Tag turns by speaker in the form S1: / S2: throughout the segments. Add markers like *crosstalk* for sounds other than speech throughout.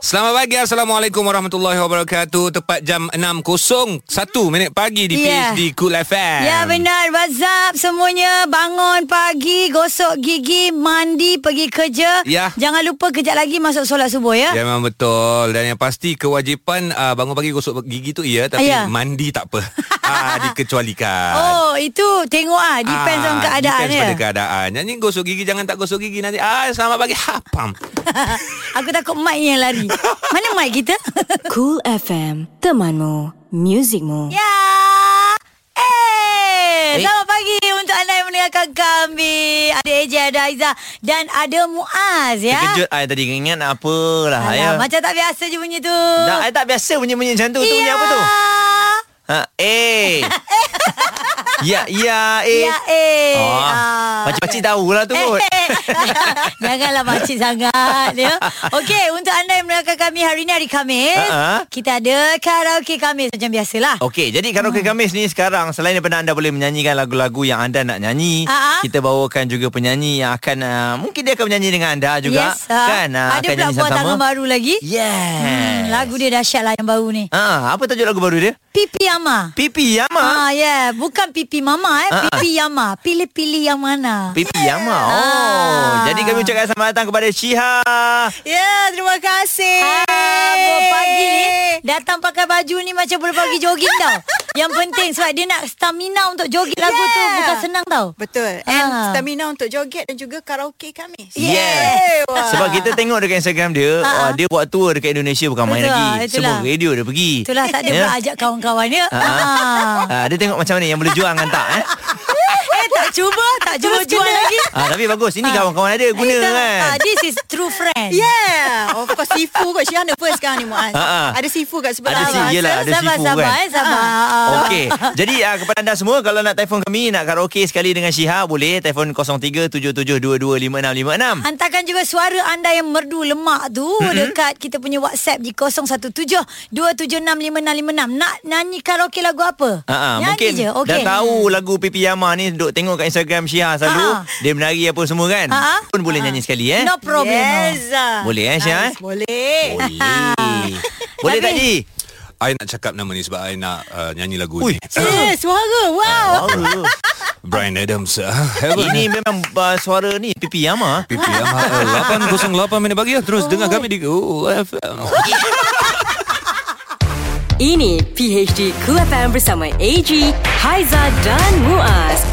S1: Selamat pagi Assalamualaikum warahmatullahi wabarakatuh Tepat jam 6.01 minit pagi di
S2: Ya.
S1: yeah. PHD Cool FM
S2: Ya benar WhatsApp semuanya bangun pagi gosok gigi mandi pergi kerja
S1: Ya.
S2: jangan lupa kejap lagi masuk solat subuh ya
S1: Ya memang betul Dan yang pasti kewajipan uh, bangun pagi gosok gigi tu ya Tapi
S2: Ya.
S1: mandi tak
S2: *laughs*
S1: apa uh, Dikecualikan
S2: Oh itu tengok ah depends on keadaan
S1: Depends
S2: ya
S1: pada keadaan Yang ni gosok gigi jangan tak gosok gigi nanti Ah selamat pagi Hapam
S2: Aku takut mic ni yang lari Mana mic kita
S3: *laughs* Cool FM, temanmu, muzikmu.
S2: Ya Eh,
S1: Eh.
S2: Selamat pagi untuk anda yang mendengarkan kami Ada Eja, ada Aizah Dan ada Muaz ya
S4: Terkejut I Ah, tadi ingat apalah
S2: Alah,
S4: ya.
S2: Macam tak biasa je bunyi tu Ya.
S4: Dah I tak biasa bunyi-bunyi macam tu. Tu bunyi apa tu? Ha, eh.
S2: *laughs*
S4: ya, ya, eh.
S2: Ya eh
S4: Oh,
S2: Ah. eh.
S4: Pakcik-pakcik tahulah tu kot.
S2: *laughs* Janganlah makcik sangat ya. Okey, untuk anda yang mendengarkan kami hari ini hari Khamis,
S4: Ha-ha.
S2: kita ada karaoke Khamis macam biasalah.
S4: Okey, jadi karaoke
S2: Hmm.
S4: Khamis ni sekarang selain daripada anda boleh menyanyikan lagu-lagu yang anda nak nyanyi,
S2: Ah, ah.
S4: kita bawakan juga penyanyi yang akan uh, mungkin dia akan menyanyi dengan anda juga
S2: yes, ah.
S4: kan. ah,
S2: ada pula buat tangan baru lagi.
S4: Yes.
S2: Hmm, lagu dia dahsyat lah yang baru ni.
S4: Ah, apa tajuk lagu baru dia?
S2: Pipi Yama.
S4: Pipi Yama.
S2: Ah, yeah. Bukan pipi mama eh.
S4: Ha-ha.
S2: Pipi Yama. Pilih-pilih yang mana.
S4: Pipi Yama. Oh.
S2: Ah.
S4: Jadi kami ucapkan selamat datang kepada Syiha.
S5: Ya, terima kasih.
S2: Ah, buat pagi ni, datang pakai baju ni macam boleh pergi jogging
S4: *laughs*
S2: tau. Yang penting sebab dia nak stamina untuk jogging lagu tu
S5: Yeah.
S2: bukan senang tau.
S5: Betul. And
S2: Ah.
S5: stamina untuk joget dan juga karaoke kami.
S4: Yes.
S5: Wah.
S4: Sebab kita tengok dekat Instagram dia,
S2: Ha-ha.
S4: uh, dia buat tour dekat Indonesia bukan main
S2: Betul,
S4: lagi.
S2: itulah.
S4: Semua radio dia pergi.
S2: Itulah tak ada
S4: Ya.
S2: pula ajak kawan-kawan dia.
S4: Ah,
S2: Ah.
S4: ah, dia tengok macam mana yang boleh juang kan tak eh.
S2: eh tak cuba, tak cuba jual lagi.
S4: Ah, tapi bagus ini kawan-kawan ada guna
S2: Kita-
S4: kan.
S2: ah, This is true friend.
S5: Yeah. Oh, Of course, Sifu kot. Syah nervous sekarang ni, Muaz.
S4: Ha-ha.
S5: Ada Sifu kat sebelah. Ha,
S4: Ada
S5: awak.
S4: si- yelah, ada
S2: sabar,
S4: sifu
S2: sabar,
S4: kan.
S2: eh, sabar.
S4: Okey. Jadi uh, kepada anda semua kalau nak telefon kami nak karaoke sekali dengan Syiha boleh telefon 0377225656.
S2: Hantarkan juga suara anda yang merdu lemak tu mm-hmm. dekat kita punya WhatsApp di 0172765656. Nak nyanyi karaoke lagu apa?
S4: Ha ah,
S2: nyanyi je.
S4: mungkin dah tahu lagu Pipi Yama ni duk tengok kat Instagram
S2: Ah,
S4: Syiha selalu
S2: Ha-ha.
S4: dia menari apa semua kan.
S2: Ha-ha.
S4: Pun boleh nyanyi sekali eh.
S2: Ah, No problem.
S5: Yes.
S4: Boleh eh Syiha? eh?
S5: Nice. Boleh.
S2: *laughs*
S4: Boleh. Boleh tak Ji?
S1: I nak cakap nama ni sebab I nak uh, nyanyi lagu
S4: Ui.
S1: ni
S5: Eh, suara. Wow.
S4: Wow.
S1: Brian Adams uh,
S4: *laughs*
S1: Heaven
S4: Ini memang uh, suara ni Pipi Yama.
S1: PPM 808 minit pagi ya. Terus dengar kami di UFM
S3: Ini PHD Cool FM bersama AG, Haiza dan Muaz.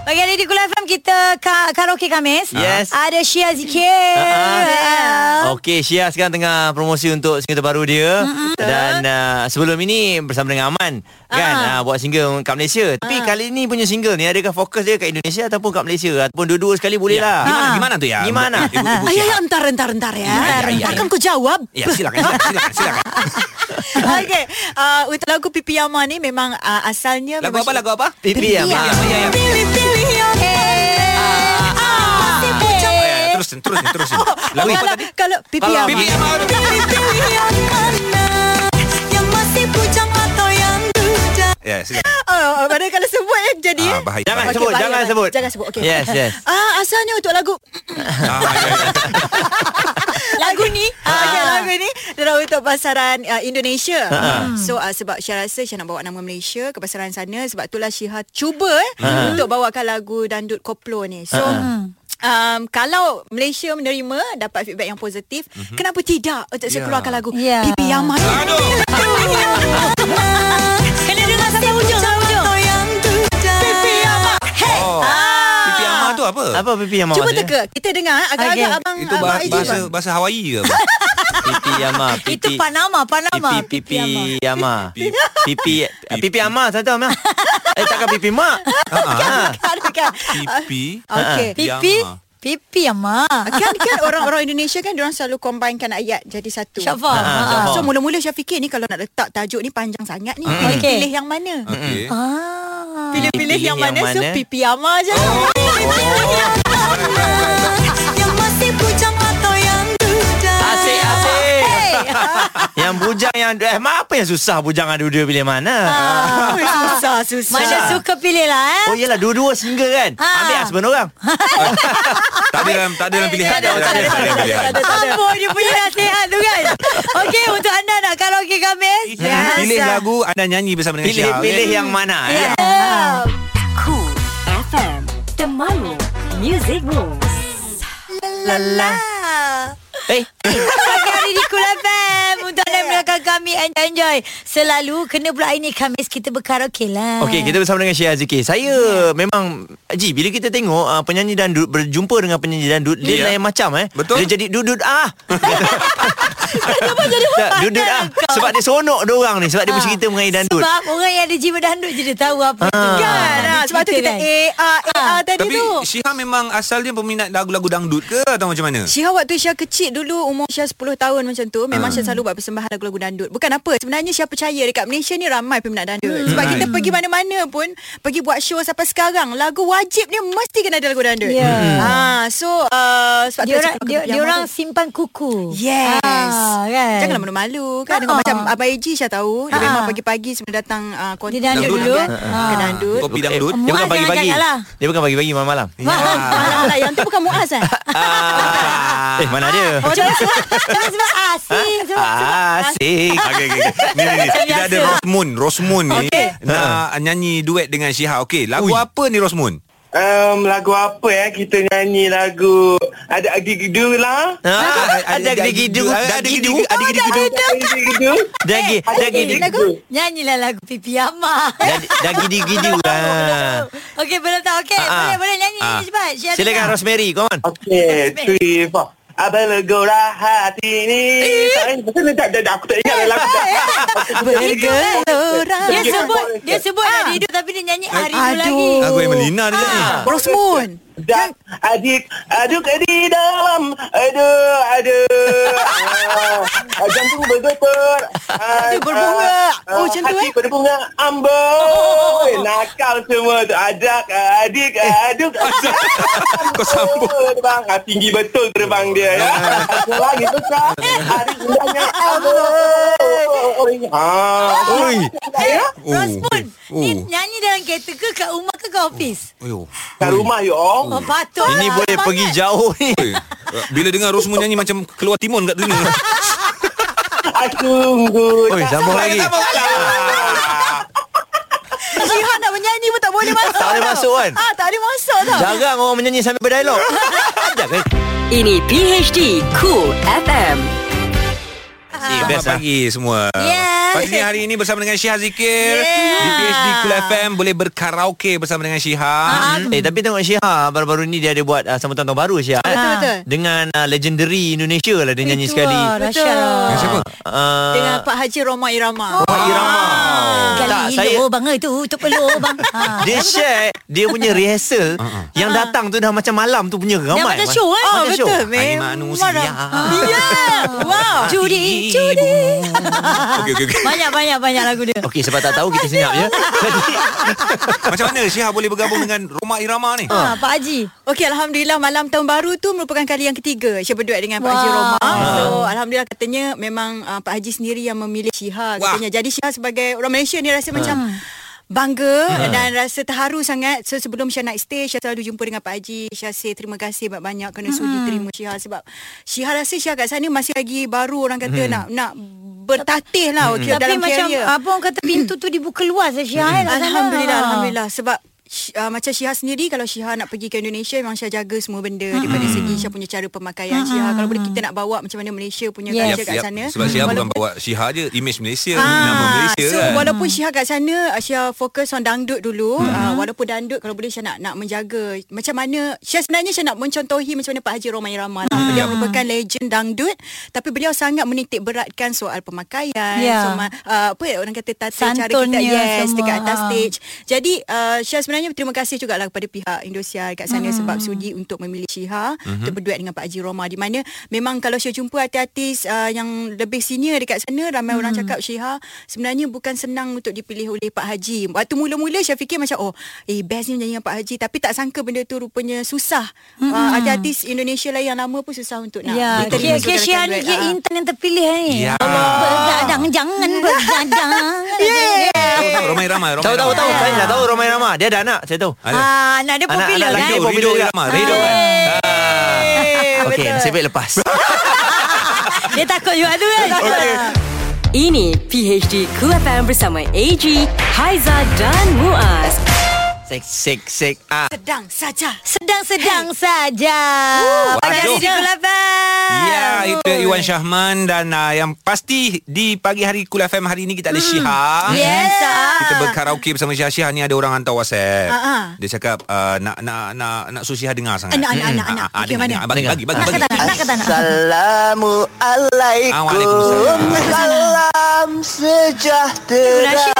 S2: Pagi hari di Kul FM kita ka- karaoke Khamis.
S4: Yes. Ha, Ya,
S2: Ada Shia Zikir. Ha.
S4: Okey, Syia sekarang tengah promosi untuk single terbaru dia mm-hmm. dan uh, sebelum ini bersama dengan Aman kan
S5: Ah.
S4: uh, buat single kat Malaysia. Tapi kali ni punya single ni adakah fokus dia kat Indonesia ataupun kat Malaysia ataupun dua-dua sekali boleh lah.
S1: Gimana,
S5: Ah.
S1: gimana tu ya? *laughs*
S4: Gimana?
S1: Ibu-ibu
S5: Ayah,
S1: sihat.
S5: ayah, entar, entar, entar ya.
S1: Ya, ya, ya,
S5: Takkan
S1: ya.
S5: ku
S2: *laughs*
S5: jawab.
S1: Ya, silakan, silakan, silakan, silakan.
S5: Okey. Uh, untuk lagu Pipi Yama ni memang uh, asalnya
S1: Lagu
S5: memang
S1: apa, lagu apa?
S4: Pipi Yama.
S1: Ya,
S5: Ah.
S1: ah, ya, ya.
S5: Pilih-pilih yang Ah, Masih pucat.
S1: Ya, ya, Terusin, terusin, terusin. Lagu apa
S5: kalau,
S1: tadi?
S5: kalau pipi
S4: Kalau
S5: yang
S1: pipi yang mana?
S5: Pilih-pilih yang mana Yang masih pucat atau yang duda
S1: Ya, silakan.
S5: Oh, pada kalau sebut eh jadi
S1: Ah,
S5: eh.
S1: bahaya.
S4: Jangan
S1: bahaya.
S4: sebut,
S5: bahaya,
S4: jangan
S5: bahaya.
S4: sebut.
S5: Jangan sebut, okey.
S4: Yes, yes.
S5: Ah, asalnya untuk lagu
S1: Ah, ya, ya.
S2: Lagu ni.
S5: ah. okay, lagu ni adalah untuk pasaran uh, Indonesia.
S1: Ha.
S5: So uh, sebab Syah rasa Syah nak bawa nama Malaysia ke pasaran sana sebab itulah Syah cuba eh,
S1: Ha.
S5: untuk bawakan lagu dandut koplo ni. So Um, kalau Malaysia menerima dapat feedback yang positif, mm-hmm. kenapa tidak untuk saya
S1: Mhm. Ya.
S5: keluarkan lagu
S2: Ya.
S5: Pipi Yama ni?
S1: Aduh.
S2: Kena dengar sampai hujung. sampai hujung.
S5: Pipi Yama.
S1: Oh. Pipi Ama tu *laughs* apa?
S4: Ah. Apa Pipi Yama?
S5: Cuba
S4: maksudnya?
S5: teka. Kita dengar agak-agak
S2: Okey.
S5: abang
S1: Itu
S5: abang
S1: bah-
S5: Aiji
S1: bahasa
S5: bang.
S1: bahasa Hawaii ke apa?
S4: Pipi Yama.
S5: *laughs*
S4: Pipi.
S2: Itu Panama, Panama.
S4: Pipi pipi Yama. Pipi pipi Yama satu
S5: *laughs*
S4: Ama. Eh takkan pipi mak. Ha.
S5: Kan, kan.
S1: Pipi.
S5: Okey.
S2: Pipi. Pipi ama.
S5: Kan kan orang-orang Indonesia kan diorang selalu combinekan ayat jadi satu. Ah,
S2: Syafa.
S4: Ha,
S2: Ha.
S4: Syafa.
S5: So mula-mula Syah fikir ni kalau nak letak tajuk ni panjang sangat ni. Pilih,
S2: Okey.
S5: pilih yang mana?
S1: Okey.
S2: Ah.
S5: Pilih-pilih yang,
S4: Pilih yang
S5: mana? So
S4: mana?
S5: pipi ama je. lah.
S2: Yang masih pucang atau yang duda.
S4: Asik asik.
S2: Hey,
S4: *laughs* yang bujang yang eh, ma- apa yang susah bujang ada dua pilih mana?
S5: Ah. susah, susah.
S3: Mana suka pilih lah eh.
S4: Oh yelah dua-dua single kan
S3: Ha.
S4: Ambil husband orang
S1: Tak ada dalam tak ada dalam pilihan.
S4: tak ada, tak ada,
S1: Tak ada pilihan.
S3: Amboi dia punya nasihat tu kan. Okey untuk anda nak karaoke Khamis.
S1: Pilih lagu anda nyanyi bersama dengan ya?
S4: Pilih
S1: Syah.
S4: pilih yang mana eh?
S6: Cool FM Temanmu Music Rules
S4: Lala Eh
S5: *laughs*
S3: Pagi hari di Kul FM Untuk anda mendengarkan kami Enjoy, enjoy. Selalu Kena pula hari ni Khamis kita berkaraoke lah
S4: Okey, kita bersama dengan Syia Zikir. Saya memang Ji, bila kita tengok uh, penyanyi dandut berjumpa dengan penyanyi dandut, dia
S1: Ya.
S4: lain macam eh.
S1: Betul.
S4: Dia jadi dudut ah. Kenapa jadi dudut ah? Sebab dia seronok dia orang ni, sebab dia bercerita mengenai
S3: Ah.
S4: dandut.
S3: Sebab orang yang ada jiwa dandut je Dia tahu apa ha. tu
S5: Kan, ah, sebab tu kita
S3: eh,
S5: AR, AR tadi
S1: Tapi
S5: tu.
S1: Syihah memang asalnya peminat lagu-lagu dangdut ke atau macam mana?
S5: Syah waktu Syah kecil dulu Umur Syah 10 tahun macam tu Memang Syah selalu buat persembahan lagu-lagu dandut Bukan apa Sebenarnya Syah percaya Dekat Malaysia ni ramai peminat dandut Sebab kita pergi mana-mana pun Pergi buat show sampai sekarang Lagu wajib dia mesti kena ada lagu dandut
S3: Ya.
S5: ah, So uh, sebab tu
S3: dia
S5: saya
S3: orang
S5: cakap
S3: dia,
S5: yang
S3: dia orang
S5: mana-
S3: simpan kuku.
S5: Yes
S3: Ah, kan. Ah.
S5: Janganlah malu-malu kan Dengan
S3: Ha-ha.
S5: macam Abang Eji Syah tahu Dia
S3: Ha-ha.
S5: memang pagi-pagi Sebelum datang uh,
S3: Dia Ah. dandut
S1: dulu.
S5: Dia dandut
S1: Kopi dangdut.
S4: Dia bukan
S3: Muaz
S4: pagi-pagi.
S3: jangan cakap lah.
S4: Dia bukan pagi-pagi malam-malam.
S5: Alah, yang tu bukan Muaz
S4: *laughs*
S5: eh?
S4: Ah. Eh, mana dia?
S3: Oh, jangan sebab, jangan sebab ah, asing. Sebab, sebab
S4: Ah,
S3: *laughs*
S4: Asik.
S1: Ah, Okey okey okey. Ni ni ni. Kita ada Rosmoon. Rosmoon ni nak nyanyi duet dengan Syihah. Okey, lagu apa ni Rosmoon?
S7: Um, lagu apa eh kita nyanyi lagu ada agigidu lah.
S4: Ah, Ada gidu, ada gidu, ada gidu.
S7: Agigidu.
S4: Dagi, dagi,
S7: Agigidu.
S4: dagi,
S7: Lagu
S3: Nyanyilah lagu Pipi Yama.
S4: dagi, gidu lah.
S3: Okey, belum tak? Okey,
S4: Ah, ah.
S3: boleh, boleh nyanyi.
S4: Ah.
S3: nyanyi cepat. Share dengar.
S4: Silakan Rosemary, come
S7: Oh,
S4: on.
S7: Okey, three, four. Bergelora hati ni. Saya pasal dah dah dah aku tak ingat lagu dah.
S5: Bergelora
S3: Dia
S7: Dia
S3: sebut
S7: sebut-
S3: Dia sebut
S5: Ah.
S3: ah. Adidu Tapi dia nyanyi Aridu
S5: Aduh.
S3: lagi
S1: Lagu Emelina dia ni.
S3: Ah.
S5: Rosmoon
S7: Dan adik aduk di dalam aduh
S5: *laughs*
S7: aduh Ah, jantung bergetar Ah,
S5: Aduh, berbunga.
S7: ah,
S5: Oh, macam tu,
S7: hati
S5: eh?
S7: berbunga
S5: *laughs*
S7: amboi nakal semua tu ajak adik aduk
S1: Kau sambung.
S7: terbang Ah, tinggi betul terbang
S5: Ah.
S7: dia ya Ada lagi
S5: *laughs*
S7: besar adik indahnya amboi ah
S4: Oi.
S3: Eh,
S1: Oh.
S3: Rosmoon
S1: Oh.
S3: Ni nyanyi dalam kereta ke Kat rumah ke kat ofis
S1: Ayuh.
S7: kat rumah ya, you all
S3: Oh patut
S4: Ini
S3: lah.
S4: boleh
S3: Semangat.
S4: pergi jauh ni.
S1: Eh, Bila dengar Rosmoon nyanyi macam keluar timun kat telinga.
S7: Sungguh
S4: Oi, sambung lagi.
S5: Syihab nak menyanyi pun tak boleh masuk
S4: Tak boleh
S5: tau.
S4: masuk kan?
S5: Ah, Tak boleh masuk tau
S4: Jarang orang menyanyi sambil
S3: *laughs*
S4: berdialog. Ada kan?
S6: Ini PHD Cool FM
S4: Eh,
S1: Selamat
S4: best lah.
S1: pagi semua
S3: Yes.
S1: Ah, Pagi ni hari ini bersama dengan Syihah Zikir
S3: Yeah.
S1: Di PHD Cool FM Boleh berkaraoke bersama dengan Syihah
S3: Hmm.
S4: Eh tapi tengok Syihah Baru-baru ni dia ada buat uh, Sambutan tahun baru Syihah eh?
S5: Betul, betul.
S4: Dengan uh, legendary Indonesia lah Dia nyanyi
S3: Itu
S4: sekali
S3: lah, Rasha
S5: Betul.
S1: Siapa?
S3: Ah.
S4: uh,
S5: Dengan Pak Haji Roma Irama Ah.
S4: Pak Ah, Irama
S3: Kali
S4: Tak
S3: saya...
S4: saya
S3: lubang itu Tutup lubang ha.
S4: Dia share Dia punya *laughs* rehearsal Yang datang tu dah macam malam tu punya
S3: Dah
S4: ramai lah.
S3: macam show eh
S5: Oh,
S4: Macam
S5: betul.
S4: show.
S1: Hai
S5: Memang
S1: manusia
S5: Ya Wow
S3: Judi Judi
S1: Okey okey okey
S3: Banyak-banyak Banyak lagu dia
S4: Ah. Okey sebab tak tahu kita senyap ya. je Jadi
S1: Macam mana Syihah boleh bergabung dengan Roma Irama ni?
S3: ha, Pak Haji
S5: Okey, Alhamdulillah malam tahun baru tu merupakan kali yang ketiga Syah berduet dengan Pak
S3: Wah. Ah.
S5: Haji Roma. So, Alhamdulillah katanya memang uh, Pak Haji sendiri yang memilih Syiha
S1: Wah.
S5: katanya. Jadi Syiha sebagai orang Malaysia ni rasa
S3: Ah.
S5: macam bangga dan rasa terharu sangat. So, sebelum Syah naik stage, Syah selalu jumpa dengan Pak Haji. Syah say terima kasih banyak-banyak kerana sudi
S3: Ah.
S5: terima Syiha sebab Syiha rasa Syiha kat sana masih lagi baru orang kata nak nak bertatih lah okay,
S3: Hmm. Tapi
S5: dalam
S3: macam
S5: career.
S3: Apa orang kata Pintu tu dibuka luas eh, Syihah eh, kat sana.
S5: Alhamdulillah
S2: Ah.
S5: Alhamdulillah Sebab Sy- Uh, macam Syihah sendiri Kalau Syihah nak pergi ke Indonesia Memang Syihah jaga semua benda Daripada segi Syihah punya cara pemakaian Syihah Kalau boleh kita nak bawa Macam mana Malaysia punya
S3: Yes.
S5: yes. culture kat sana
S1: Sebab Syihah bukan
S5: Walaupun-
S1: bawa Syihah je Image Malaysia
S5: Ah,
S1: Nama Malaysia
S5: so,
S1: kan
S5: walaupun Syihah kat sana uh, Syihah fokus on dangdut dulu uh, Walaupun dangdut Kalau boleh Syihah nak, nak menjaga Macam mana Syihah sebenarnya Syihah nak mencontohi Macam mana Pak Haji Romai Rama lah. Beliau merupakan legend dangdut Tapi beliau sangat menitik beratkan Soal pemakaian
S3: Ya.
S5: yeah. soal, uh, Apa ya orang kata Tata cara kita
S3: Santunnya
S5: Yes
S3: semua.
S5: Dekat atas
S3: Ah.
S5: stage Jadi uh, Syihah sebenarnya sebenarnya terima kasih jugalah kepada pihak Indosiar kat
S2: Hmm.
S5: sana sebab sudi untuk memilih Syiha untuk berduet dengan Pak Haji Roma di mana memang kalau saya jumpa artis-artis uh, yang lebih senior dekat sana ramai orang
S2: Hmm.
S5: cakap Syiha sebenarnya bukan senang untuk dipilih oleh Pak Haji. Waktu mula-mula saya fikir macam oh eh best ni menyanyi dengan Pak Haji tapi tak sangka benda tu rupanya susah. Mm-hmm. Uh, artis-artis Indonesia lain yang lama pun susah untuk
S2: Hmm.
S5: nak
S2: Ya,
S5: diterima
S2: kira
S5: sebagai
S2: kira Syah
S5: rakan
S2: ni
S5: duet.
S2: dia
S5: Ah.
S2: intan yang terpilih ni.
S1: Ya.
S2: Bergadang jangan bergadang. yeah.
S1: Tahu tahu ramai ramai ramai.
S4: Tahu tahu tahu
S1: ramai.
S4: saya dah tahu Romai Rama. Dia ada anak, saya tahu.
S1: Ada.
S2: Ah, nak dia
S4: Anak-
S2: popular
S4: anak
S2: kan?
S4: lelaki
S1: Rido Rido
S4: popular juga.
S1: ramai. Rido
S5: Ah.
S1: kan.
S4: Okey, nasib baik *laughs* lepas.
S2: Dia takut juga tu kan?
S3: Ini PHD Cool FM bersama AG, Haiza dan Muaz.
S4: Sek sek sek. Ah.
S5: sedang saja.
S2: Sedang-sedang saja. Pada hari
S1: aduh.
S2: di Kulaban.
S1: Ya, itu Iwan Syahman dan uh, yang pasti di pagi hari Kul FM hari ini
S5: Hmm.
S1: kita ada Syiha.
S2: Yes.
S1: Kita berkaraoke bersama Syiha. Syiha ni ada orang hantar
S5: Ah,
S1: WhatsApp.
S5: ah.
S1: Dia cakap uh, nak nak nak nak suruh Syiha dengar sangat.
S5: Anak, anak,
S1: Mm-mm.
S5: anak, anak.
S1: Ah, ah,
S5: Okey,
S1: dengar,
S5: mana?
S1: dengar. Bagi bagi bagi. bagi.
S2: Nak kata nak.
S1: Ah,
S7: Assalamualaikum
S1: Waalaikumsalam.
S7: Salam sejahtera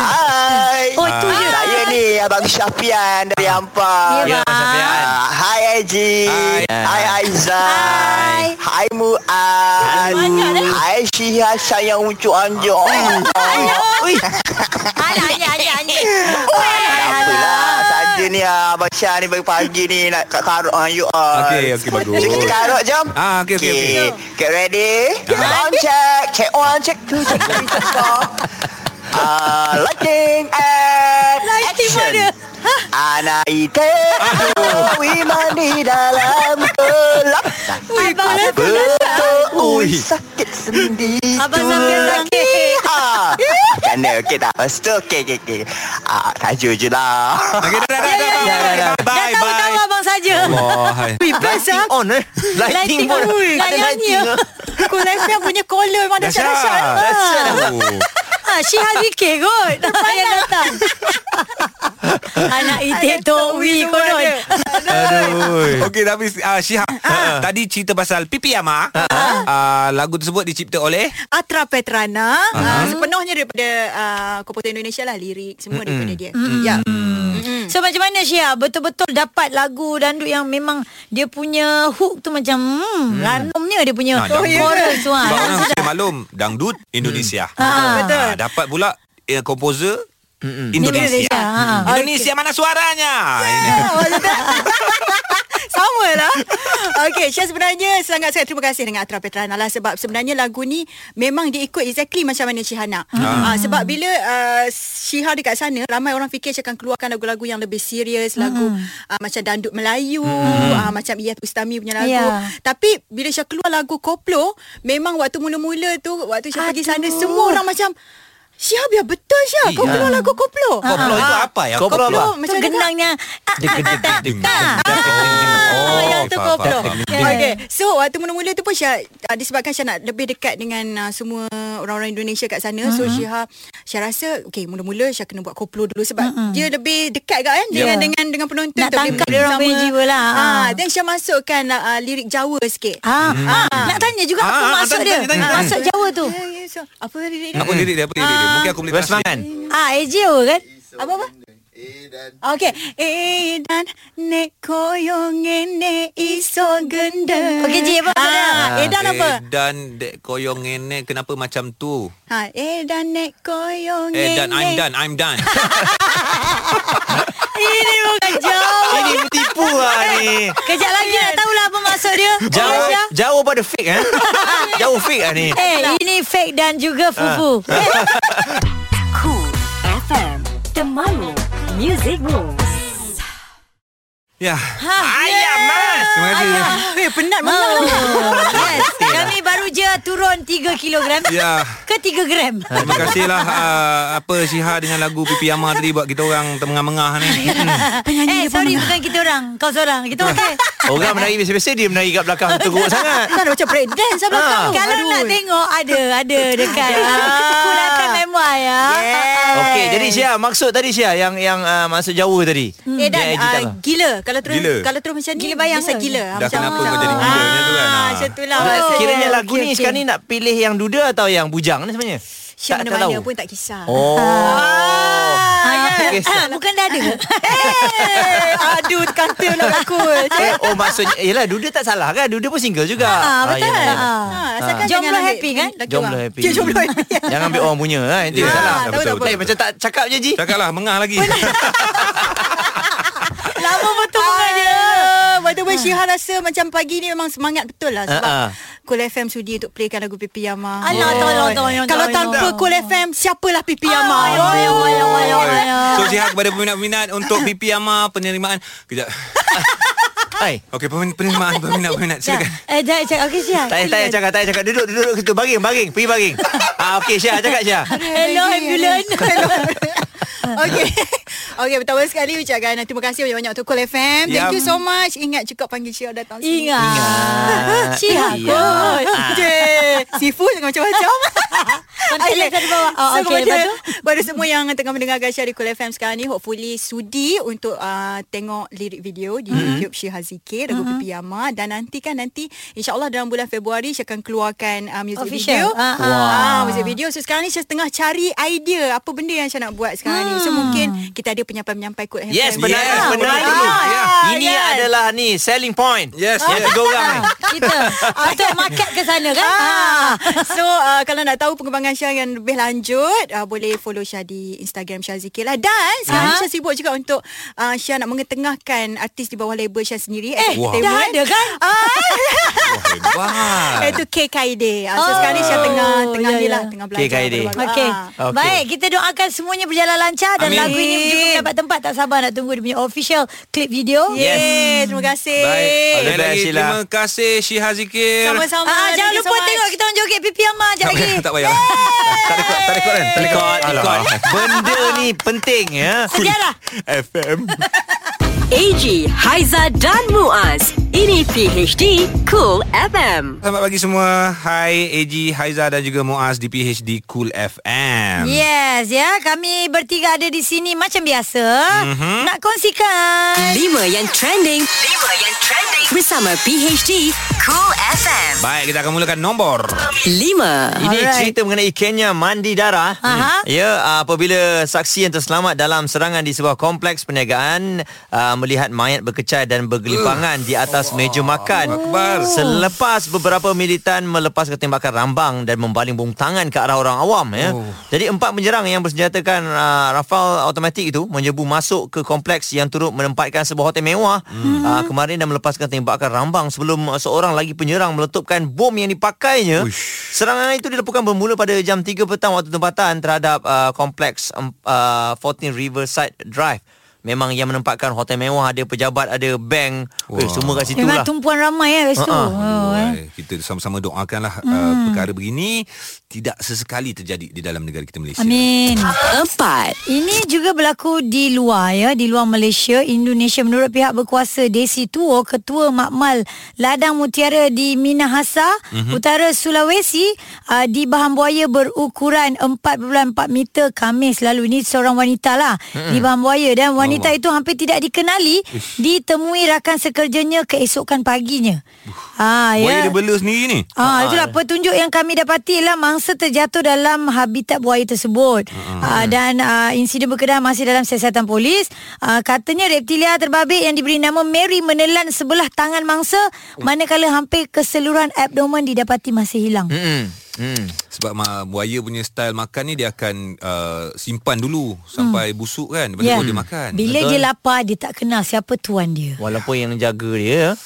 S7: Hai
S2: Oh, tu je.
S7: Saya ni Abang Syafian dari Ampang
S4: Ya, Abang Syafian.
S7: Ah, Hai Aji
S1: Hai.
S7: Hai Aizan
S2: Hai.
S7: Hai Muaz Hai Syihah sayang ucuk anjung
S2: Alah, alah, alah,
S7: *laughs* Apalah Saja ni ah, Abang Syah ni pagi-pagi ni Nak kat karut ah, you all
S1: Okey, okey, bagus.
S7: Kita karut jom
S1: Ah, okey, okey, Ah. okey.
S7: Get ready On check Check one check two check three check four Ah, lighting and
S2: Lighting
S7: action.
S2: mana?
S7: Anak ite Ui mandi dalam gelap
S2: Abang lah tu
S7: Betul Ui sakit sendiri
S2: Abang
S7: tu.
S2: sampai sakit.
S7: Ah, Macam mana Okey tak Lepas tu Okey okey okey ah, Tajuk je lah
S1: Okey, dah dah dah. dah,
S5: Ya,
S1: dah, dah, dah.
S2: Dah
S1: Bye bye.
S2: tahu-tahu abang saja.
S1: Wah, hai.
S4: Lighting on eh. Lighting
S2: Lighting
S4: pun.
S2: on.
S4: Ada
S2: Layannya.
S4: lighting. eh.
S5: Kulai FM punya caller memang dahsyat-dahsyat. Ah,
S1: Oh.
S2: Ha, Syihah zikir kot. Yang datang. *laughs* Anak itik Tok Wi konon.
S1: Aduh. *laughs* Okey tapi uh, Syihab
S2: Ah.
S1: uh, tadi cerita pasal Pipi Ama. Uh, uh, lagu tersebut dicipta oleh
S5: Atra Petrana uh-huh. uh, sepenuhnya daripada uh, komposer Indonesia lah lirik semua mm-hmm. daripada dia. Mm-hmm. Ya. Mm-hmm.
S2: *laughs* So macam mana Syia Betul-betul dapat lagu dandut yang memang Dia punya hook tu macam hmm, Ranumnya dia punya
S1: Nah, dangdut.
S2: chorus tu
S1: sebab orang
S2: ha.
S1: mesti maklum dangdut Indonesia.
S2: Hmm. Ah, betul.
S1: Ah, dapat pula eh, komposer Indonesia.
S2: Indonesia, ah.
S1: Mm. Indonesia mana suaranya?
S5: *laughs* Sama lah Okay Syah sebenarnya Sangat-sangat terima kasih Dengan Atra Petrana lah Sebab sebenarnya lagu ni Memang dia ikut exactly Macam mana Syihah nak Ah, Sebab bila uh, Syihah dekat sana Ramai orang fikir Syihah akan keluarkan lagu-lagu Yang lebih serius Lagu ah, Macam Dandut Melayu ah, Macam Iyat Ustami punya lagu
S2: Ya.
S5: Tapi bila Syah keluar lagu Koplo Memang waktu mula-mula tu Waktu Syah pergi sana Semua orang macam Syihah biar betul Syihah Kau
S1: Ya.
S5: keluar lagu Koplo Ah,
S1: Koplo
S2: Ah,
S1: itu apa ya?
S4: Koplo
S1: Koplo.
S4: apa?
S2: Macam
S5: Koplo macam mana
S2: genangnya ah, ah, ah, ah, ah.
S1: Oh,
S2: yang tu
S1: faham,
S2: koplo.
S1: faham, faham.
S2: Yeah.
S5: Eh. Okay So waktu mula-mula tu pun Syah uh, Disebabkan Syah nak lebih dekat Dengan uh, semua Orang-orang Indonesia kat sana uh-huh.
S2: Hmm.
S5: So Syah Syah rasa Okay mula-mula Syah kena buat koplo dulu Sebab uh-huh. dia lebih dekat kat kan Dengan
S2: Hmm. Yeah.
S5: dengan dengan penonton
S2: Nak
S5: tu, boleh
S2: tangkap
S5: bersama.
S2: dia orang punya jiwa lah.
S5: Ah,
S2: Ah.
S5: Then Syah masukkan uh, Lirik Jawa sikit
S2: Ah, ah. Nak tanya juga
S1: Ah,
S2: apa
S1: ah,
S2: maksud
S1: tanya,
S2: dia
S1: tanya, tanya, tanya.
S2: Maksud Jawa tu
S5: yeah, yeah, so, Apa lirik dia?
S1: Apa lirik dia? Apa lirik dia? Mungkin aku boleh
S4: Best
S1: translate.
S4: mangan.
S2: Ah, Ejeo kan
S5: Apa-apa? Okey. E dan ne koyong ne iso gende.
S2: Okey, Ji, apa Eh, maksud dia?
S5: Ah, e dan apa?
S1: Dan dek koyong nenek kenapa macam tu?
S5: Ha, e dan ne koyong
S1: Eh dan I'm
S5: ne-
S1: done, I'm
S2: *laughs*
S1: done.
S2: Ini bukan Jawa
S4: Ini tipu lah ni.
S2: Kejap lagi nak tahulah apa maksud dia
S4: Jauh
S2: Malaysia.
S4: jauh pada fake eh. Jauh fake ah ni.
S2: Eh, ini fake dan juga fufu
S3: Cool FM, temanmu, music moves.
S1: ya.
S4: Ayam mas.
S1: Terima kasih.
S5: Eh, penat
S2: Oh, yes. Kami baru je turun 3 kilogram
S1: Ya. Ah.
S2: ke 3 gram.
S1: Terima kasihlah uh, apa Syiha dengan lagu Pipi Ama tadi buat kita orang termengah-mengah
S5: Ah,
S1: ni.
S5: ya,
S2: Eh, sorry bukan kita orang, kan. kau seorang. Kita okey.
S4: Orang menari biasa-biasa dia menari kat belakang teruk sangat.
S5: Kan macam break dance lah belakang tu.
S2: Eh, Kalau
S5: Aduh.
S2: nak tengok ada ada dekat Ah, Kulatan MY ya.
S4: Okey, jadi Syah, maksud tadi Syah yang yang uh, maksud Jawa tadi.
S2: ah,
S4: Dia
S5: Eh dan uh,
S4: agitalah.
S5: gila kalau terus
S1: Gila.
S5: kalau terus macam ni
S2: Gila bayang
S5: dia
S2: ke?
S5: gila
S1: Dah
S5: macam
S1: kenapa
S5: macam-
S1: kau jadi gilanya tu
S5: Ah,
S1: kan, ah.
S5: macam tu lah
S2: Oh.
S4: Kiranya
S2: Okey,
S4: lagu
S2: okey,
S4: ni
S2: okey.
S4: sekarang ni nak pilih yang duda atau yang bujang ni sebenarnya?
S5: Syah
S4: Tak- Oh. tak
S1: Oh.
S5: mana-mana
S4: tahu.
S5: pun tak kisah
S4: Oh.
S2: Ah,
S4: kisah.
S2: Bukan dah ada Eh Aduh Kata lah aku
S4: *laughs*
S2: *laughs*
S4: Eh, oh maksudnya Yelah Duda tak salah kan Duda pun single juga
S2: Ah, betul.
S4: yelah, yelah.
S2: Ah.
S5: Ha, asalkan
S2: Ah.
S5: jangan
S2: Jomblo
S5: ambil
S2: happy, kan?
S5: lelaki
S4: Jomblo
S5: orang.
S4: happy
S5: Ya, jomblo happy.
S4: *laughs* Jangan ambil orang punya kan? Itu
S1: Ya,
S4: salah
S1: tahu tak apa.
S4: Eh macam tak cakap je Ji
S1: Cakap lah Mengah lagi
S2: Lama betul
S5: Ah,
S2: orang dia
S5: ya. By the
S2: Ah.
S5: way, Syihah rasa macam pagi ni memang semangat betul lah sebab
S4: Ah, ah.
S5: Cool FM sudi untuk playkan lagu Pipi Yama.
S2: Alah,
S4: Yeah.
S2: tolong, tolong,
S5: Kalau
S2: tolong.
S5: tanpa Cool FM, siapalah Pipi Yama?
S2: Ah, ya, ya, ya, ya, ya, ya.
S1: So sihat kepada peminat-peminat Untuk pipi Ama Penerimaan Kejap
S4: Hai
S1: Okey pemin- penerimaan Peminat-peminat Silakan
S2: Eh jangan cakap Okay Syah
S4: tak payah, tak payah cakap, tak payah cakap. Duduk, duduk. Kita baring, baring. Pergi baring. Ah, okey, Syah. Cakap, Syah.
S2: Hello
S5: *laughs*
S2: ambulance
S5: Okey. Okey, pertama sekali ucapkan terima kasih banyak-banyak untuk Cool FM. Thank
S4: Ya.
S5: you so much. Ingat cukup panggil Syihah datang sini.
S2: Ingat Syah kot
S5: Cik, Sifu jangan macam-macam.
S2: Contact dari bawah oh,
S5: so,
S2: Okay
S5: okay,
S2: lepas
S5: kepada,
S2: tu
S5: kepada semua yang tengah mendengarkan Syari Cool FM sekarang ni Hopefully sudi untuk uh, tengok lirik video di mm-hmm. YouTube Syiha Zikir Lagu mm-hmm. Piyama Dan nanti kan nanti InsyaAllah dalam bulan Februari Saya akan keluarkan uh, music
S2: Official.
S5: video
S2: Ah, ah.
S5: Ah, Music video So sekarang ni saya tengah cari idea Apa benda yang saya nak buat sekarang ni So mungkin kita ada penyampai-penyampai Cool FM
S4: Yes, benar.
S1: Yes,
S4: benar.
S1: benar.
S4: dulu. Ya.
S1: Yeah.
S4: Ini adalah ni, selling point.
S1: Yes,
S4: Yang
S1: yes.
S4: tiga orang ni.
S2: Kita Untuk market ke sana kan
S5: Ah. *laughs* So uh, kalau nak tahu pengembangan Syah yang lebih lanjut uh, Boleh follow Syah di Instagram Syah Zikir lah Dan sekarang
S2: Ah.
S5: ni Syah sibuk juga untuk uh, Syah nak mengetengahkan artis di bawah label Syah sendiri
S2: Eh
S1: Wow.
S2: dah ada kan
S1: Wah hebat
S5: Itu K Kaide uh, So
S2: Oh,
S5: sekarang ni Syah tengah Tengah
S2: ya,
S5: ni
S2: ya.
S5: lah Tengah belajar
S4: Kaide.
S5: berbagai-
S2: Okey.
S5: Ah.
S4: Okey.
S2: Okay. Baik, kita doakan semuanya berjalan lancar dan Amin.
S1: Amin.
S2: lagu ini juga mendapat tempat. Tak sabar nak tunggu dia punya official clip video.
S5: Yeay,
S4: Yes. Hmm.
S5: Terima kasih
S4: Baik. All the
S1: Sekali
S4: best,
S1: lagi,
S4: Sheila.
S1: Terima kasih Syiha Zikir
S5: Eh. Sama-sama
S2: Ah, jangan
S5: Thank you so
S2: lupa
S5: much.
S2: tengok kita orang joget pipi ama
S1: Tak
S2: jap lagi.
S1: payah, *laughs* tak payah lah. Tak rekod, tak rekod kan? Tak rekod,
S4: Record, record. Benda ni penting ya. *laughs*
S2: Sejarah.
S4: FM.
S3: AG, Haiza dan Muaz. Ini PHD Cool FM.
S1: Selamat pagi semua. Hai AG, Haiza dan juga Muaz di PHD Cool FM.
S2: Yes, ya. Kami bertiga ada di sini macam biasa.
S4: Mhm.
S2: Mm-hmm. Nak kongsikan.
S3: Lima yang trending. Lima yang trending. Bersama PHD Cool FM.
S1: Baik, kita akan mulakan nombor.
S3: Lima.
S4: Ini
S2: Alright.
S4: Alright. cerita mengenai Kenya mandi darah.
S2: Aha.
S4: Ya, apabila saksi yang terselamat dalam serangan di sebuah kompleks perniagaan uh, melihat mayat berkecai dan bergelimpangan di atas meja makan.
S1: Akbar.
S4: Selepas beberapa militan melepaskan tembakan rambang dan membaling bung tangan ke arah orang awam ya. Jadi empat penjerang yang bersenjatakan uh, rafal automatik itu menjebu masuk ke kompleks yang turut menempatkan sebuah hotel mewah hmm. uh, kemarin dan melepaskan tembakan rambang sebelum uh, seorang lagi penyerang meletupkan bom yang dipakainya.
S1: Uish.
S4: Serangan itu dilakukan bermula pada jam 3 petang waktu tempatan terhadap uh, kompleks um, uh, 14 Riverside Drive. Memang yang menempatkan hotel mewah, ada pejabat, ada bank. Wow. Eh,
S1: Wah.
S4: semua kat situ
S2: Memang
S4: lah.
S2: tumpuan ramai ya kat situ. Oh, eh.
S4: Ah,
S2: Hmm.
S1: Baik, kita sama-sama doakanlah uh, perkara begini tidak sesekali terjadi di dalam negara kita Malaysia.
S2: Amin.
S3: Empat.
S2: Ini juga berlaku di luar ya, di luar Malaysia, Indonesia menurut pihak berkuasa Desi Tuo, Ketua Makmal Ladang Mutiara di Minahasa, mm-hmm. Utara Sulawesi, uh, di bahan buaya berukuran 4.4 meter Kamis lalu ini seorang wanita lah mm-hmm. di bahan buaya dan wanita Allah. itu hampir tidak dikenali ditemui rakan sekerjanya keesokan paginya. Ah ya.
S1: Buaya dia bela sendiri ni.
S2: Ah, itulah petunjuk yang kami dapati ialah mangsa terjatuh dalam habitat buaya tersebut. Ah, dan ah, insiden berkedah masih dalam siasatan polis. Ah, katanya reptilia terbabit yang diberi nama Mary menelan sebelah tangan mangsa manakala hampir keseluruhan abdomen didapati masih hilang.
S4: Hmm. Hmm.
S1: Sebab ma- buaya punya style makan ni dia akan uh, simpan dulu sampai busuk kan. Lepas tu
S2: Ya.
S1: baru dia makan.
S2: Bila
S4: Betul.
S2: dia lapar dia tak kenal siapa tuan dia.
S4: Walaupun yang jaga dia.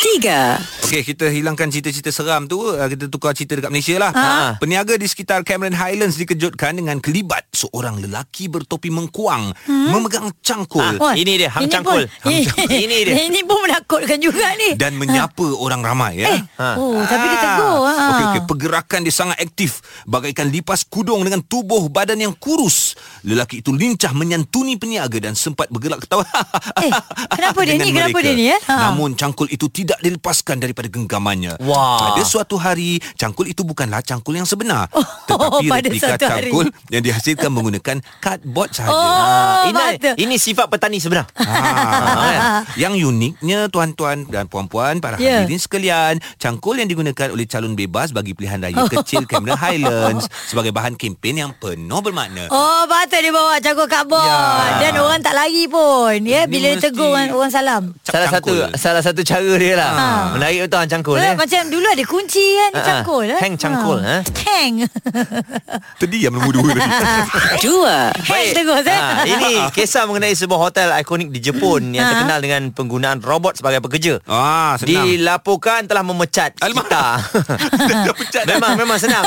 S3: Tiga.
S1: Okey, kita hilangkan cerita-cerita seram tu. Uh, kita tukar cerita dekat Malaysia lah.
S4: Ha.
S1: Peniaga di sekitar Cameron Highlands dikejutkan dengan kelibat seorang lelaki bertopi mengkuang
S2: Hmm.
S1: memegang cangkul
S2: oh,
S4: Ah. Ini dia, hang cangkul.
S2: Pun,
S4: Hang cangkul. Ini
S2: ini
S4: dia.
S2: dia. Ini pun menakutkan juga ni.
S1: dan menyapa orang ramai ya.
S2: eh.
S4: Ha. Ah.
S2: Oh, tapi dia tegur. Ha.
S1: Ah. Okey, okey. Pergerakan dia sangat aktif. Bagaikan lipas kudung dengan tubuh badan yang kurus. Lelaki itu lincah menyantuni peniaga dan sempat bergerak ketawa.
S2: *laughs* Eh, kenapa dia
S1: *laughs* dengan
S2: ni? Kenapa dia ni, eh? Ha.
S1: Namun cangkul itu tidak dilepaskan daripada genggamannya.
S4: Wah.
S1: Pada suatu hari, cangkul itu bukanlah cangkul yang sebenar.
S2: Oh,
S1: tetapi
S2: *laughs* pada
S1: replika
S2: suatu hari.
S1: cangkul yang dihasilkan menggunakan cardboard sahaja.
S2: Oh,
S4: ah, ini,
S2: patut.
S4: ini sifat petani sebenar.
S1: Ah.
S4: Ah, kan?
S1: *laughs* Ha, yang uniknya tuan-tuan dan puan-puan para
S2: Ya.
S1: yeah. hadirin sekalian, cangkul yang digunakan oleh calon
S2: Oh.
S1: bebas bagi pilihan raya kecil Cameron Highlands sebagai bahan kempen yang penuh bermakna.
S2: Oh, patut patut dia bawa jaga kabut.
S4: Ya.
S2: Dan orang tak lari pun. Ya,
S1: Ni
S2: bila
S1: mesti-
S2: tegur orang, orang salam.
S4: Salah satu
S1: cangkul.
S4: salah satu cara dia lah. Ha. Menarik betul hang cangkul
S2: Boleh.
S4: eh.
S2: Macam dulu ada kunci kan,
S4: Ha, ha.
S2: cangkul. eh.
S4: Hang cangkul,
S2: Ha.
S4: eh. *laughs*
S2: Hang.
S1: Terdiam nombor dua tadi.
S3: Dua.
S2: Hang terus eh.
S4: Ha,
S2: *laughs*
S4: ini kisah mengenai sebuah hotel ikonik di
S2: Ha.
S4: Jepun yang terkenal dengan penggunaan robot sebagai pekerja.
S1: *laughs* ah, senang.
S4: Dilaporkan telah memecat
S1: Alamak. *laughs*
S4: kita. memang memang senang.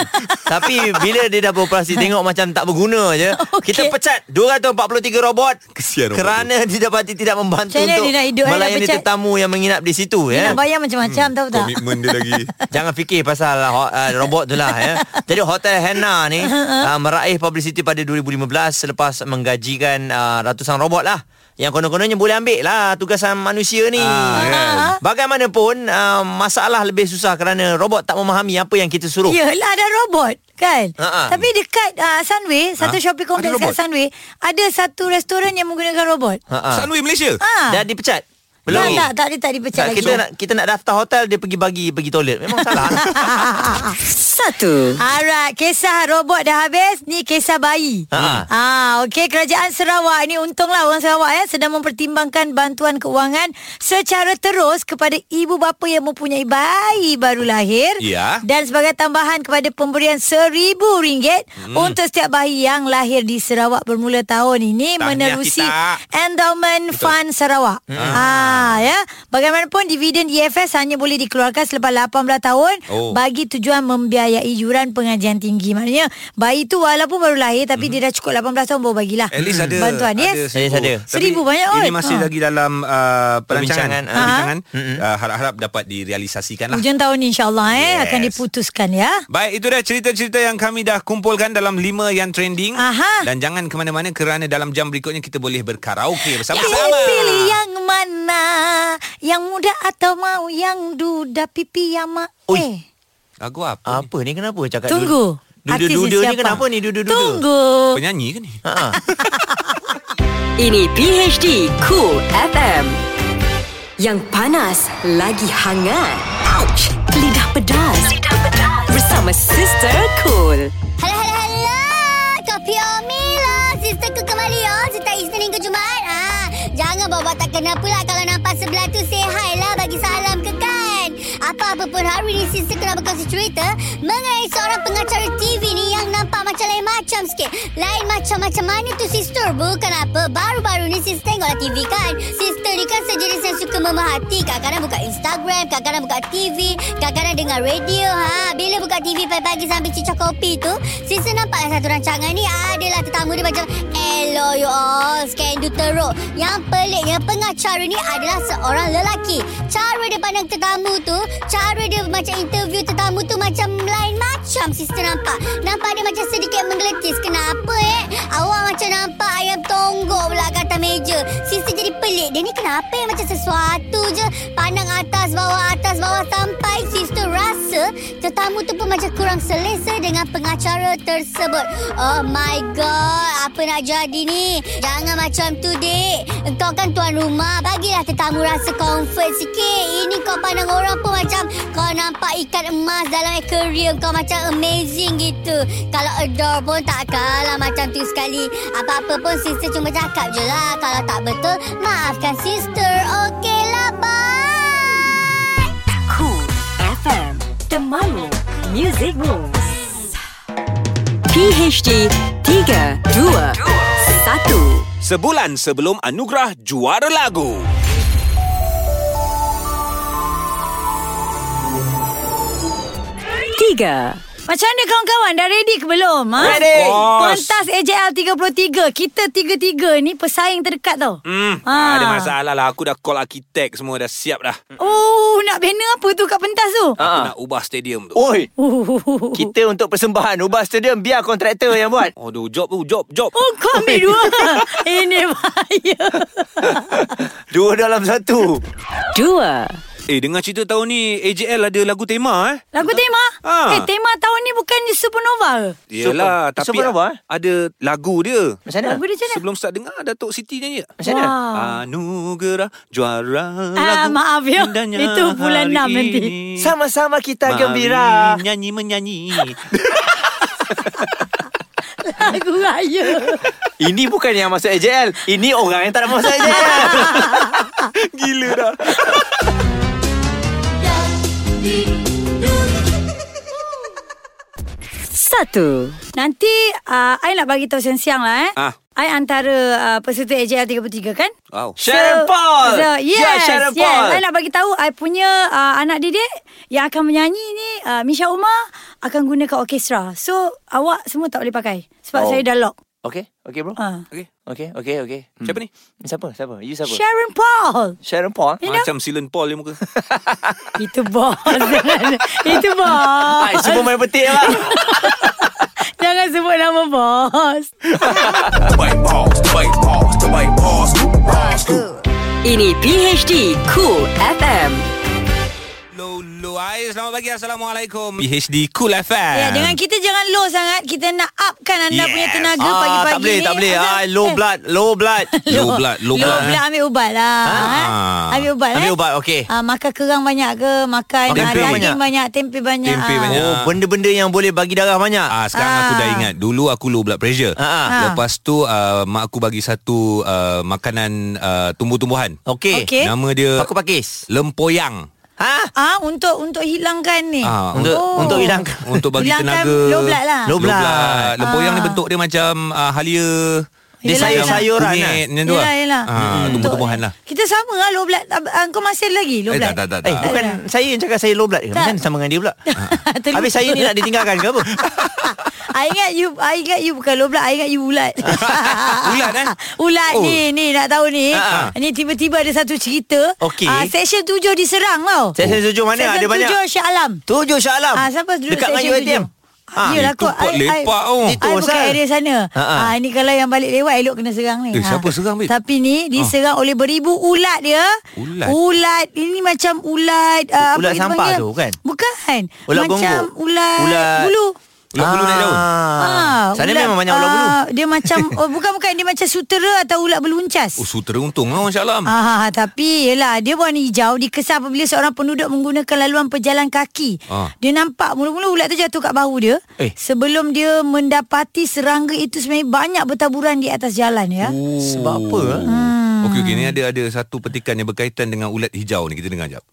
S4: Tapi bila dia dah
S2: *laughs*
S4: beroperasi tengok macam tak berguna je, okay. kita
S2: Okey.
S4: pecat 243 robot
S1: Kesian robot
S4: kerana didapati tidak membantu
S2: Macam mana
S4: untuk
S2: dia nak hidup, eh, nak
S4: melayani
S2: pecat?
S4: tetamu yang menginap di situ ya.
S2: Nak bayar macam-macam hmm. tahu tak?
S1: Komitmen dia lagi.
S4: Jangan fikir pasal ho- uh, robot tu lah
S2: *laughs*
S4: ya. Jadi Hotel Hana ni
S2: Uh-huh.
S4: uh, meraih publicity pada 2015 selepas menggajikan uh, ratusan robot lah. Yang konon-kononnya boleh ambil lah tugasan manusia ni. Ya.
S2: ya.
S4: Uh-huh.
S1: Ah,
S4: Bagaimanapun uh, masalah lebih susah kerana robot tak memahami apa yang kita suruh.
S2: Yelah ada robot kan
S4: Ha-ha.
S2: Tapi dekat uh, Sunway Satu
S4: Ha?
S2: shopping complex
S1: Ada
S2: dekat
S1: robot?
S2: Sunway Ada satu restoran yang menggunakan robot
S4: Ha-ha.
S1: Sunway Ah. Malaysia.
S2: ha.
S4: Dah dipecat.
S2: Belum
S4: Belum.
S2: tak, tak, tak, dia tak dipecat
S4: Tak,
S2: lagi
S4: kita nak kita nak daftar hotel dia pergi bagi pergi toilet.
S2: *laughs*
S4: Memang salah.
S3: Satu.
S2: Alright, kisah robot dah habis. Ni kisah bayi.
S4: Ha.
S2: Ah, okey kerajaan Sarawak ni untunglah orang Sarawak ya sedang mempertimbangkan bantuan keuangan secara terus kepada ibu bapa yang mempunyai bayi baru lahir
S1: Ya.
S2: dan sebagai tambahan kepada pemberian RM1000 hmm. untuk setiap bayi yang lahir di Sarawak bermula tahun ini
S1: Tahniah
S2: menerusi
S1: kita.
S2: Endowment Betul. Fund Sarawak. Hmm. Ah ya, bagaimanapun dividen
S5: E
S2: EFS hanya boleh dikeluarkan selepas 18 tahun
S1: Oh.
S2: bagi tujuan membiayai yuran pengajian tinggi. Maknanya bayi tu walaupun baru lahir tapi hmm. dia dah cukup 18 tahun baru bagilah.
S1: At least ada
S2: bantuan,
S1: ada
S2: yes.
S4: Yes, ada.
S1: Tapi
S2: Seribu banyak kot.
S1: Ini masih
S2: Ha.
S1: lagi dalam uh,
S4: Perbincangan,
S1: perancangan,
S4: ah.
S1: perbincangan. Uh, harap-harap dapat direalisasikan lah.
S2: Hujung tahun ni insyaAllah eh,
S1: Yes.
S2: akan diputuskan ya.
S1: Baik, itu dah cerita-cerita yang kami dah kumpulkan dalam lima yang trending.
S2: Aha.
S1: Dan jangan ke mana-mana kerana dalam jam berikutnya kita boleh
S2: Kita
S1: berkaraoke bersama-sama.
S2: pilih ya. yang mana? Yang muda atau mau yang duda pipi yang ma?
S4: Ui.
S2: Eh,
S1: Lagu apa?
S4: Apa ni kenapa cakap
S2: tunggu. Artis
S4: Duda-duda ni
S2: siapa?
S4: kenapa ni duda-duda?
S2: Tunggu.
S1: Penyanyi ke ni?
S4: Ha.
S3: Ini PHD Cool FM. Yang panas lagi hangat. Ouch. Lidah pedas. Lidah pedas. Bersama Sister Cool.
S8: Hello, hello, hello. Kopi Omila. Sister ku kembali, oh. Setiap Isnin hingga Jumaat. Ha. Jangan bawa tak kena pula kalau nampak sebelah tu say hi lah bagi salam ke kan. Apa-apa pun hari ni sister ku nak berkongsi cerita mengenai seorang pengacara TV ni yang nampak macam lain macam sikit. Lain macam-macam mana tu sister? Bukan apa. Baru-baru ni sister tengoklah TV kan. Sister ni kan sejenis yang suka memahati. Kadang-kadang buka Instagram, kadang-kadang buka TV, kadang-kadang dengar radio. Ha, bila buka TV pagi-pagi sambil cicah kopi tu, Sisa nampak satu rancangan ni adalah tetamu dia macam Hello you all, skandal teruk. Yang peliknya pengacara ni adalah seorang lelaki. Cara dia pandang tetamu tu, cara dia macam interview tetamu tu macam lain macam sister nampak. Nampak dia macam sedikit menggeletis. Kenapa eh? Awak macam nampak ayam tonggok pula kat atas meja. Sister jadi pelik. Dia ni kenapa eh? Macam sesuatu je. Pandang atas, bawah, atas, bawah sampai sister rasa tetamu tu pun macam kurang selesa dengan pengacara tersebut. Oh my god, apa nak jadi ni? Jangan macam tu, dek. Engkau kan tuan rumah, bagilah tetamu rasa comfort sikit. Ini kau pandang orang pun macam kau nampak ikan emas dalam aquarium. Kau macam amazing gitu. Kalau adore pun tak kalah macam tu sekali. Apa-apa pun sister cuma cakap je lah. Kalau tak betul, maafkan sister. Okey lah, bye.
S3: Cool FM. Temanmu. Music Moves. PHD 3, 2, 1.
S1: Sebulan sebelum anugerah juara lagu.
S3: Tiga.
S2: Macam mana kawan-kawan dah ready ke belum? Ha?
S1: Ready. Of course.
S2: Pentas AJL 33. Kita tiga-tiga ni pesaing terdekat tau.
S1: Hmm,
S2: Ah.
S1: Ada masalah lah. Aku dah call arkitek semua dah siap dah.
S2: Oh, nak banner apa tu kat pentas tu?
S1: Aku
S4: Ha.
S1: nak ubah stadium tu.
S4: Oi,
S2: Oh,
S4: Kita untuk persembahan Ubah stadium Biar kontraktor yang buat
S1: Aduh, job tu, job, job.
S2: oh kau ambil
S4: *laughs*
S2: dua. Ini bahaya.
S4: Dua dalam satu
S3: Dua.
S1: Eh, dengar cerita tahun ni AJL ada lagu tema eh.
S2: Lagu tema?
S1: Ah.
S2: Eh, tema tahun ni bukan Supernova ke?
S1: Yelah,
S4: Super-
S1: tapi
S4: Supernova, eh?
S1: ada lagu dia.
S4: Macam mana?
S2: Lagu dia macam mana?
S1: Sebelum start dengar Datuk Siti nyanyi tak?
S4: Macam mana?
S2: Wah.
S1: Ah. Anugerah juara
S2: Ah,
S1: lagu
S2: maaf ya.
S1: indahnya
S2: Itu bulan
S1: hari
S2: enam nanti.
S1: ini.
S4: Sama-sama kita
S1: Mari
S4: gembira
S1: nyanyi menyanyi
S4: Ah.
S5: Lagu raya.
S4: Ini bukan yang masuk AJL Ini orang yang tak nak masuk AJL
S5: *laughs*
S4: Gila dah
S5: Satu. Nanti uh, I nak bagi tahu siang-siang lah eh.
S1: Ah.
S5: I antara uh, peserta AJL 33 kan?
S4: Ah.
S1: Wow.
S4: Sharon Paul
S5: So, yes,
S4: Ya Sharon Paul
S5: Yes. I nak bagi tahu I punya uh, anak didik yang akan menyanyi ni uh, Misha Umar akan gunakan orkestra. So awak semua tak boleh pakai sebab
S4: Oh.
S5: saya dah lock.
S4: Okay Okay bro
S5: Uh.
S1: Okay.
S4: Okay okay okay hmm.
S1: Siapa ni?
S4: Siapa siapa You siapa
S5: Sharon Paul.
S4: Sharon Paul
S5: You know?
S1: Macam Silen Paul dia muka.
S5: Itu
S4: *laughs*
S5: bos. Itu bos.
S4: Hai, semua main petik lah
S5: Jangan sebut nama bos.
S3: Ini PHD Cool FM.
S1: Low Low Hai, selamat pagi. Assalamualaikum. PHD Cool FM.
S5: Ya, dengan kita jangan low sangat. Kita nak upkan anda
S1: Yes.
S5: punya tenaga
S4: Ah,
S5: pagi-pagi
S4: Tak boleh
S5: ni.
S4: tak boleh
S5: Azam,
S4: ah, Low
S5: eh,
S4: blood Low
S5: *laughs*
S4: blood
S1: Low blood, low blood,
S5: Low blood ambil ubat lah.
S1: Ah.
S5: Ha? Ambil ubat
S4: Ambil
S5: eh?
S4: ubat okay
S5: Ah, makan kerang banyak ke? Makan
S1: Makan
S5: ah,
S1: tempe
S5: daging
S4: banyak.
S5: banyak. tempe banyak.
S1: Tempe
S5: ah.
S1: banyak.
S4: Oh benda-benda yang boleh bagi darah banyak
S1: Ah, sekarang aku dah
S5: Ah.
S1: ingat. Dulu aku low blood pressure.
S4: Ah, ah.
S5: Ah.
S1: Lepas tu uh, mak aku bagi satu uh, makanan uh, tumbuh-tumbuhan.
S4: Okay,
S5: Okey.
S1: Nama dia
S4: Paku pakis
S1: lempoyang.
S4: Ha?
S5: Ah, untuk untuk hilangkan ni.
S1: Ah,
S4: Untuk
S5: Oh.
S4: untuk hilangkan
S1: Untuk bagi
S5: Hilangkan
S1: tenaga.
S5: low Ah. blood lah.
S4: Low
S1: Low blood. blood.
S4: blood.
S1: Lempoyang ni bentuk dia macam uh, halia.
S4: Dia
S5: Yelah,
S1: macam
S4: sayur-sayuran lah.
S1: kunyit macam tu lah.
S5: Yelah, yelah. Hmm.
S1: Ah, tumbuh-tumbuhan lah.
S5: Kita sama lah low blood. Ah, ah, Kau masih lagi low
S1: Eh,
S5: blood?
S1: tak, tak, tak.
S4: Eh,
S1: tak.
S4: bukan saya yang cakap saya low blood ke? Macam mana sama dengan dia pula?
S5: *laughs* Terlupa.
S4: Habis saya ni nak ditinggalkan ke apa?
S5: *laughs* I ingat you I ingat you bukan loblak I ingat you ulat
S1: *laughs* Ulat, eh?
S5: *laughs* Ulat
S1: Oh.
S5: oh. ni Ni nak tahu ni
S4: Ha.
S5: Ni tiba-tiba ada satu cerita
S4: Okey.
S5: Ah, Section 7 diserang tau
S2: Oh.
S4: Section tujuh mana? Ada banyak.
S5: Section 7 Syah Alam
S4: Tujuh Shah Alam.
S5: Ah, Siapa duduk
S4: Dekat dengan
S5: section
S4: UiTM.
S5: tujuh? Ah, Yelah
S1: Itu
S5: kot
S1: pot lepak oh. tu.
S4: Itu
S5: Itu I bukan
S4: pasal.
S5: area sana
S4: Oh, Ha, ha.
S5: ah, Ini kalau yang balik lewat Elok kena serang ni Ah.
S1: Eh, siapa serang, babe?
S5: Tapi ni Diserang oleh beribu ulat dia
S1: Ulat?
S5: Ha? Ulat Ini macam ulat ah, apa
S4: Ulat
S5: kita
S4: sampah
S5: panggil?
S4: tu, bukan?
S5: Bukan
S4: Ulat
S5: Macam
S4: gonggong.
S5: ulat
S4: Ulat-
S5: Bulu
S1: Ulat bulu naik daun.
S5: Ah,
S4: Sana memang banyak ular bulu.
S5: ah, Dia
S1: *laughs*
S5: macam oh, Bukan bukan Dia macam sutera Atau ulat beluncas
S1: Oh, sutera untung lah Masya Allah.
S5: Ah, tapi yelah dia warna hijau dikesan apabila seorang penduduk menggunakan laluan pejalan kaki.
S1: Ah.
S5: Dia nampak mula-mula ulat tu jatuh kat bahu dia.
S4: Eh.
S5: Sebelum dia mendapati serangga itu sebenarnya banyak bertaburan di atas jalan ya.
S4: Sebab apa? ah?
S1: Hmm. Okey okey ni ada ada satu petikan yang berkaitan dengan ulat hijau ni kita dengar jap.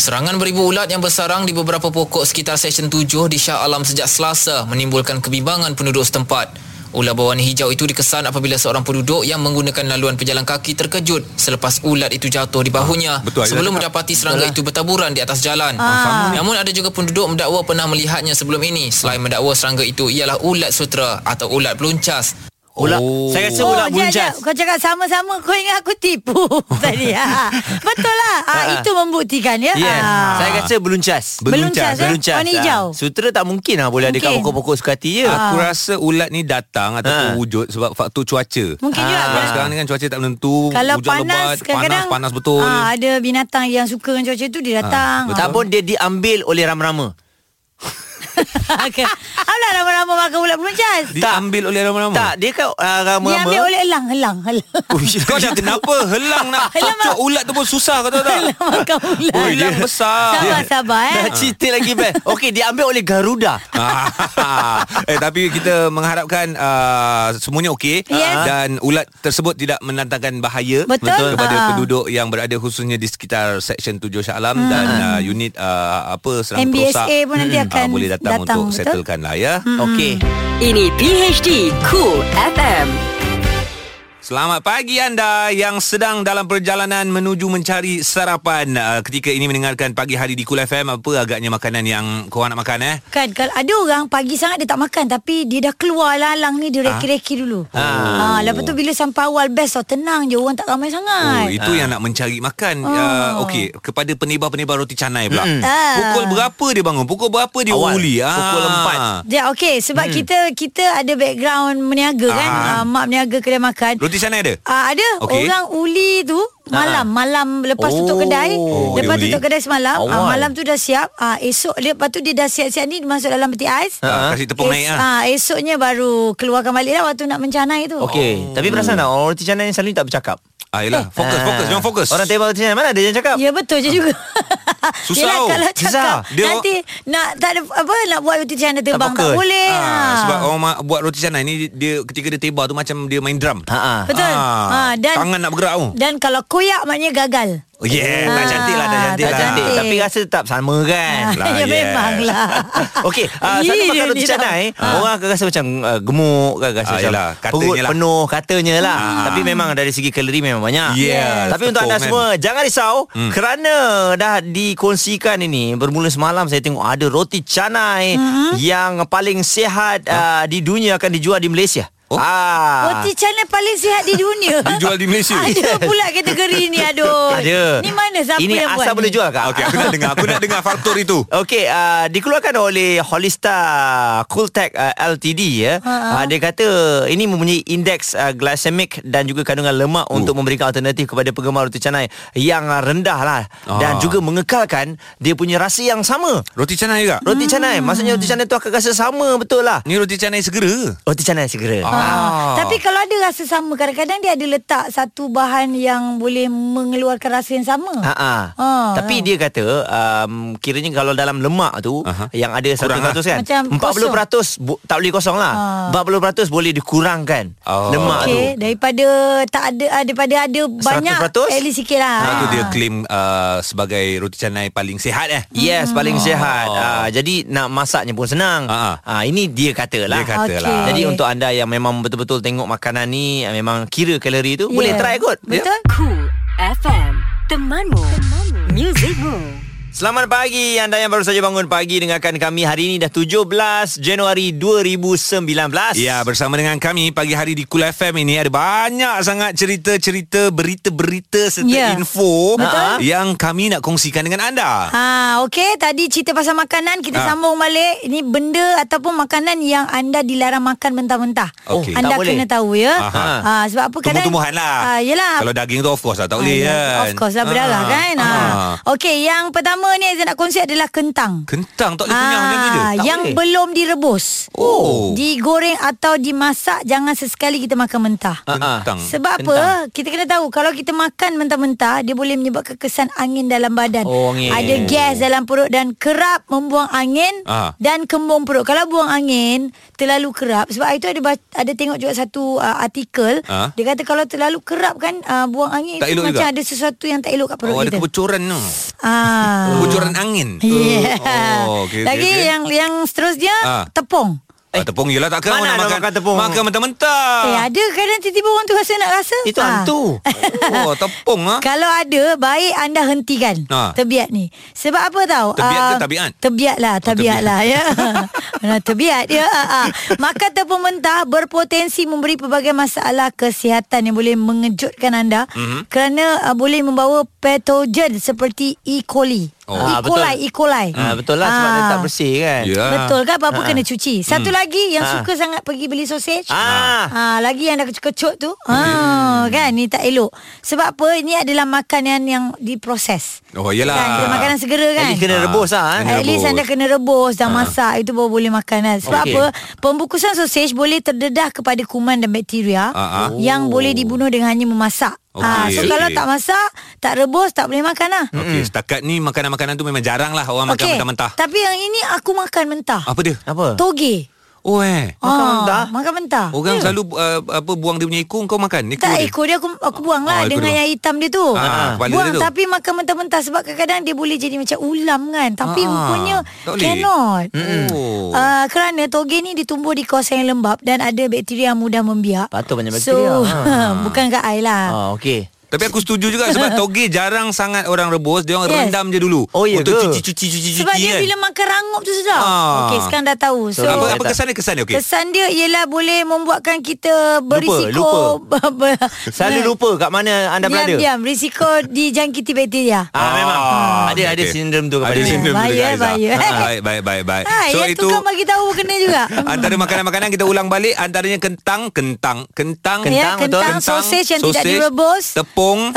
S2: Serangan beribu ulat yang bersarang di beberapa pokok sekitar Seksyen 7 di Shah Alam sejak Selasa Ah, menimbulkan kebimbangan penduduk setempat. Ular berwarna hijau itu dikesan apabila seorang penduduk yang menggunakan laluan pejalan kaki terkejut selepas ulat itu jatuh di bahunya
S1: Ah, betul, Aizah
S2: sebelum
S1: cakap.
S2: mendapati serangga itu bertaburan di atas jalan.
S5: Ah.
S2: Namun ada juga penduduk mendakwa pernah melihatnya sebelum ini selain mendakwa serangga itu ialah ulat sutera atau ulat beluncas.
S4: Ulat.
S1: Oh.
S4: Saya rasa ulat
S5: jap, jap.
S4: bunjas.
S5: Kau cakap sama-sama Kau ingat aku tipu tadi ha. Betul lah ha,
S4: Ah, ah.
S5: Itu membuktikan ya
S4: Yes.
S5: Ah.
S4: Saya rasa beluncas.
S5: Beluncas, eh?
S4: Beluncas.
S5: Warna
S4: ah.
S5: hijau.
S4: Sutera tak mungkin lah boleh ada kat
S5: Mungkin. Ah.
S4: pokok-pokok suka hati je.
S1: Aku rasa ulat ni datang ataupun
S4: Ha.
S1: wujud sebab faktor cuaca.
S5: Mungkin juga
S1: Sebab
S5: kan?
S1: sekarang ni kan cuaca tak menentu,
S5: Kalau
S1: hujan lebat,
S5: panas kadang-kadang
S1: panas panas betul.
S5: ah, Ada binatang yang suka dengan cuaca tu Dia datang
S1: betul.
S5: Ah.
S4: Tak pun dia diambil oleh rama-rama.
S2: Hmm.
S5: Akan Alah lama-lama makan ulat beluncas
S1: Diambil oleh rama-rama. *laughs*
S4: Tak, dia kan uh,
S5: Dia
S4: rama-rama.
S5: ambil oleh elang Elang Elang
S1: Uish, kau dah kenapa helang
S5: *laughs*
S1: nak cucuk ulat tu pun susah kau tahu tak?
S5: makan ulat
S1: Oh, hilang besar.
S5: Sabar-sabar eh
S4: Dah
S5: Ah.
S4: cerita lagi best. Okey, diambil oleh Garuda.
S1: *laughs* eh tapi kita mengharapkan uh, semuanya okey
S5: Yes.
S1: dan ulat tersebut tidak menantangkan bahaya
S5: Betul.
S1: kepada
S5: Ha.
S1: penduduk yang berada khususnya di sekitar seksyen 7 Shah Alam
S5: Hmm.
S1: dan uh, unit uh, apa serang
S5: MBSA
S1: perosak
S5: pun nanti
S1: Mm-mm.
S5: akan
S1: Ah, boleh datang,
S5: datang,
S1: untuk
S5: betul? Hmm.
S1: settlekan lah ya.
S4: Okey.
S3: Ini PHD Cool FM.
S1: Selamat pagi anda yang sedang dalam perjalanan menuju mencari sarapan uh, ketika ini mendengarkan pagi hari di Kul FM apa agaknya makanan yang korang nak makan eh?
S5: Kan kalau ada orang pagi sangat dia tak makan tapi dia dah keluar lalang ni dia reki-reki dulu. Ah. lepas tu bila sampai awal best tau tenang je orang tak ramai
S1: Oh,
S5: sangat.
S1: itu yang nak mencari makan. Oh. Uh, Okey, kepada penibar-penibar roti canai pula. Mm.
S5: Ah.
S1: Pukul berapa dia bangun? Pukul berapa dia
S4: Awal.
S1: uli? Ah.
S4: Pukul empat.
S5: Dia okey sebab hmm. kita kita ada background meniaga kan.
S1: Ah.
S5: Ah. mak meniaga kedai makan.
S1: Roti canai ada?
S5: Ah ada
S1: Okey. Ah.
S5: okay. orang uli tu malam malam lepas
S4: Oh,
S5: tutup kedai
S4: dia
S5: lepas
S1: uli.
S5: tutup kedai semalam ah,
S4: Awal.
S5: malam tu dah siap ah esok dia lepas tu dia dah siap-siap ni masuk dalam peti ais
S1: Ah, kasih tepung naik ah.
S5: ah esoknya baru keluarkan balik lah waktu nak mencanai tu
S4: Okey, tapi perasan tak orang roti canai selalu tak bercakap.
S1: Ah, yelah. Fokus, fokus. Jangan fokus.
S4: Orang table sini mana ada yang cakap?
S5: Ya betul je juga
S1: Susah
S5: Yelah,
S1: tau.
S5: kalau
S4: Susah.
S5: cakap
S1: Dia-
S5: Nanti nak tak ada apa Nak buat roti canai terbang tak,
S4: fokus.
S5: boleh
S1: Ah,
S5: ha.
S1: sebab orang ma- buat roti canai ni dia ketika dia teba tu macam dia main drum.
S4: Ha ah.
S5: Betul
S1: Ah,
S5: ha, dan,
S1: tangan nak bergerak tu.
S5: Dan kalau koyak maknanya gagal
S1: Oh, yeah, tak
S5: Ah,
S1: cantik lah, tak
S4: Tak
S1: cantik lah.
S4: cantik
S5: Cantik.
S4: Tapi rasa tetap sama kan
S1: Lah,
S5: *laughs* Ya
S1: yes.
S5: memang lah
S4: *laughs* Okey, uh, satu
S5: Ini
S4: pasal
S5: dia
S4: roti
S5: ni Ah.
S4: canai Orang akan rasa macam uh, gemuk kan, Rasa
S1: Ah,
S4: macam
S1: yelah, katanya
S4: perut
S1: lah.
S4: penuh Katanya lah
S1: Ah.
S4: Tapi memang dari segi kalori memang banyak
S1: Yeah,
S4: Tapi untuk anda
S1: tepung,
S4: semua Jangan risau
S1: Hmm.
S4: Kerana dah dikongsikan ini Bermula semalam saya tengok Ada roti canai
S5: Hmm.
S4: Yang paling sihat uh, di dunia Akan dijual di Malaysia
S1: Ah. Oh.
S4: Ah.
S5: Roti canai paling sihat di dunia
S1: Dijual di
S5: *laughs*
S1: Malaysia.
S5: Ada pula kategori ni aduh
S4: Ada
S5: Ni mana siapa
S4: Ini
S5: yang buat
S4: asal boleh
S5: ni?
S4: jual kak
S1: Okey, aku nak dengar. Aku nak dengar faktor itu.
S4: Okey, uh, dikeluarkan oleh Holista Cooltech uh, Ltd ya. Uh, dia kata ini mempunyai indeks uh, glycemic dan juga kandungan lemak untuk memberikan alternatif kepada penggemar roti canai yang uh, rendah lah
S1: Ah.
S4: dan juga mengekalkan dia punya rasa yang sama.
S1: Roti canai juga.
S4: Roti canai, maksudnya roti canai tu akan rasa sama betul lah.
S1: Ni roti canai segera.
S4: Roti canai segera.
S5: Ah. Tapi kalau ada rasa sama Kadang-kadang dia ada letak Satu bahan yang Boleh mengeluarkan rasa yang sama
S4: Ha ah.
S5: Ah,
S4: Tapi
S5: ah.
S4: dia kata um, kiranya kalau dalam lemak tu uh-huh.
S1: Aha.
S4: yang ada 100%
S1: Kurang lah.
S4: kan
S5: Macam Ah.
S4: 40% bu- tak boleh kosong lah. 40% boleh dikurangkan
S1: Oh.
S4: lemak
S5: Okey,
S4: tu.
S5: daripada tak ada ah, daripada ada banyak
S4: 100%?
S5: at least sikit lah.
S1: Ha. Itu dia claim uh, sebagai roti canai paling sihat eh.
S4: Yes, paling sihat. Ah, jadi nak masaknya pun senang.
S1: Oh. Ah,
S4: Ah, ini dia kata lah.
S1: Dia kata
S5: Okey.
S1: lah.
S4: Jadi untuk anda yang memang betul-betul tengok makanan ni ah, memang kira kalori tu yeah. boleh try kot.
S5: Ya.
S4: Ya.
S5: Betul?
S3: Cool FM Temanmu Temanmu Musicmu
S4: Selamat pagi anda yang baru saja bangun pagi dengarkan kami hari ini dah 17 Januari 2019.
S1: Ya, bersama dengan kami pagi hari di Kul FM ini ada banyak sangat cerita-cerita, berita-berita serta
S5: Ya.
S1: info Ah.
S5: Betul.
S1: yang kami nak kongsikan dengan anda.
S5: Ha, okey, tadi cerita pasal makanan kita
S1: Ah.
S5: sambung balik. Ini benda ataupun makanan yang anda dilarang makan mentah-mentah.
S1: Oh, Okey.
S5: anda
S4: Tak boleh.
S5: kena tahu ya.
S1: Aha.
S5: Ha, sebab apa kadang
S1: Tumbuh-tumbuhan lah.
S5: Ha, yelah.
S1: Kalau daging tu of course lah tak boleh
S5: Ah,
S1: kan.
S5: Of course lah berdalah
S1: Ah,
S5: kan. Ha.
S1: ah.
S5: Okey, yang pertama ni yang saya nak kongsi adalah kentang.
S1: Kentang tak boleh kunyah macam tu je.
S5: Ah,
S4: Tak
S5: yang
S4: boleh.
S5: belum direbus.
S1: Oh.
S5: Digoreng atau dimasak jangan sesekali kita makan mentah.
S4: Ah, ah.
S1: Kentang.
S5: Sebab apa? Kita kena tahu kalau kita makan mentah-mentah dia boleh menyebabkan kesan angin dalam badan.
S4: Oh, angin.
S5: Ada gas dalam perut dan kerap membuang angin
S1: Ah.
S5: dan kembung perut. Kalau buang angin terlalu kerap sebab hari tu ada ba- ada tengok juga satu uh, artikel
S1: Ah.
S5: dia kata kalau terlalu kerap kan uh, buang angin
S1: Tak
S5: itu
S1: elok
S5: macam
S1: juga?
S5: ada sesuatu yang tak elok kat perut
S1: Oh, ada
S5: kita.
S1: kebocoran tu.
S5: ah.
S1: Kebocoran angin.
S5: *laughs* Yeah.
S1: Oh, *laughs* okey, okey,
S5: Lagi
S1: okey.
S5: yang yang seterusnya
S1: Ah.
S5: tepung.
S1: Eh, tepung yelah takkan
S4: Mana
S1: orang nak
S4: ada
S1: makan,
S4: makan tepung?
S1: Makan mentah-mentah.
S5: Eh ada kadang tiba-tiba orang tu rasa nak rasa.
S4: Itu
S5: Ah.
S4: hantu.
S1: Oh, tepung
S5: *laughs*
S1: ah.
S5: Kalau ada Baik anda hentikan
S1: Ha.
S5: Tebiat ni Sebab apa tau
S1: Tebiat ke Oh,
S5: Ah,
S1: tabiat?
S5: Tebiat lah Tabiat
S1: tebiat.
S5: lah ya *laughs* Nah, Tebiat ya ah, ah. Makan tepung mentah Berpotensi memberi Pelbagai masalah Kesihatan Yang boleh mengejutkan anda
S1: Mhm.
S5: mm-hmm. Kerana uh, Boleh membawa Patogen Seperti E. coli
S1: Oh.
S5: E.
S4: Ah, betul.
S5: coli E. coli
S4: Ah, betul lah sebab
S5: Ah.
S4: dia tak bersih Ah. kan.
S1: Ya.
S5: Betul kan apa-apa kena cuci Satu
S1: Hmm.
S5: lagi yang
S1: Ah.
S4: Ha.
S5: suka sangat pergi beli sausage
S4: Ah.
S5: ha, Lagi yang dah kecut-kecut tu ha, Kan ni tak elok Sebab apa ini adalah makanan yang diproses
S1: Oh, yelah.
S5: Kan dia makanan segera kan
S4: Jadi kena
S1: Ah.
S4: rebus lah eh.
S1: Kena
S5: At least
S1: rebus.
S5: anda kena rebus dan masak Itu baru boleh makan kan. Sebab
S4: Okey.
S5: apa Pembungkusan sausage boleh terdedah kepada kuman dan bakteria
S1: Ah, ah.
S5: Yang boleh dibunuh dengan hanya memasak Ah,
S1: Okey,
S5: So
S1: okey.
S5: kalau tak masak Tak rebus tak boleh makan lah
S1: Okey, setakat ni makanan-makanan tu memang jarang lah orang makan
S5: Okey,
S1: mentah-mentah. Ah.
S5: Tapi yang ini aku makan mentah
S1: Apa dia?
S4: Apa?
S5: Toge Ah,
S1: Oh eh.
S4: Makan mentah?
S5: Makan mentah
S1: Orang selalu uh, apa buang dia punya ekor kau makan. Ekor
S5: Oh, ya. tak
S1: dia.
S5: ekor dia aku aku buang lah
S1: Ah, ekor
S5: dengan
S1: dia.
S5: yang hitam dia tu.
S1: Ah, kepala dia
S5: buang
S1: tu.
S5: tapi makan mentah-mentah sebab kadang-kadang dia boleh jadi macam ulam kan. Tapi
S1: Ah,
S5: rupanya
S1: tak boleh.
S5: cannot.
S1: Oh.
S5: Uh, kerana toge ni ditumbuh di kawasan yang lembap dan ada bakteria yang mudah membiak.
S4: Patut banyak bakteria.
S5: So, *laughs*
S1: Ah.
S5: bukan kat air lah.
S4: Ah, okey.
S1: Tapi aku setuju
S5: *laughs*
S1: juga sebab toge jarang sangat orang rebus, dia orang
S5: Yes.
S1: rendam je dulu.
S4: Oh, ya
S1: Untuk
S4: ke?
S1: cuci-cuci cuci-cuci
S5: Sebab dia
S1: kan.
S5: bila makan rangup tu sedap.
S1: Ah.
S5: Okey, sekarang dah tahu. So,
S4: So,
S1: apa
S4: Oh,
S1: apa
S4: tak.
S1: kesan dia kesan dia okey.
S5: kesan dia ialah boleh membuatkan kita berisiko
S4: lupa.
S5: *laughs* ber-
S4: Selalu lupa kat mana anda berada.
S5: Diam-diam risiko dijangkiti bakteria.
S4: Ah, memang.
S1: Ah,
S4: Ada
S1: okey,
S4: ada
S1: okey.
S4: sindrom tu
S1: Ada
S4: kepada dia.
S5: sindrom.
S1: sindrom tu
S5: Bahaya,
S1: dekat Aizah.
S5: bahaya.
S1: Ah, Baik baik baik baik.
S5: Ha,
S1: So
S5: yang
S1: itu
S5: tukang bagi tahu kena juga.
S1: antara makanan-makanan kita ulang balik antaranya kentang, kentang, kentang,
S5: Ya,
S4: Kentang, betul.
S5: kentang, sausage yang tidak
S1: sausage,
S5: direbus,
S1: tepung, tepung.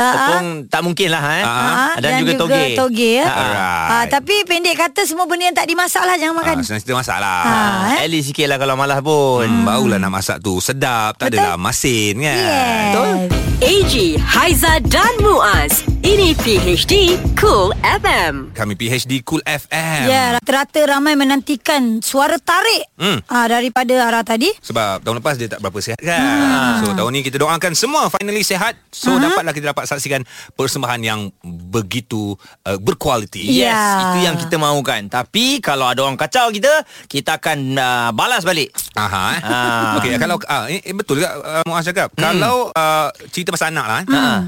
S2: Ah, ah.
S4: Tepung tak mungkin lah eh.
S2: Ah,
S4: Dan, juga toge.
S2: toge ya.
S1: Alright.
S2: Ah, tapi pendek kata semua benda yang tak dimasak lah jangan makan.
S1: Ah, senang cerita masalah.
S2: Ah, eh?
S4: At least sikit lah kalau malas pun.
S1: Hmm, barulah nak masak tu Sedap Tak
S2: Betul.
S1: adalah masin kan
S2: Yes.
S3: AG, Haiza dan Muaz. Ini PHD Cool FM.
S1: Kami PHD Cool FM
S2: Ya, rata-rata ramai menantikan suara tarik
S1: Hmm.
S2: ah, daripada arah tadi.
S1: Sebab tahun lepas dia tak berapa sihat kan
S2: Ah.
S1: hmm. So tahun ni kita doakan semua finally sihat
S2: Mhm.
S1: So uh-huh. dapatlah kita dapat saksikan Persembahan yang begitu uh, berkualiti
S2: Ya.
S4: Yes, itu yang kita mahukan. Tapi kalau ada orang kacau kita, kita akan uh, balas balik.
S1: Aha, eh? *laughs*
S4: Ah.
S1: Okay kalau ah, eh, eh, Betul juga uh, Muaz cakap hmm. Kalau uh, cerita pasal anak lah eh?
S4: Hmm.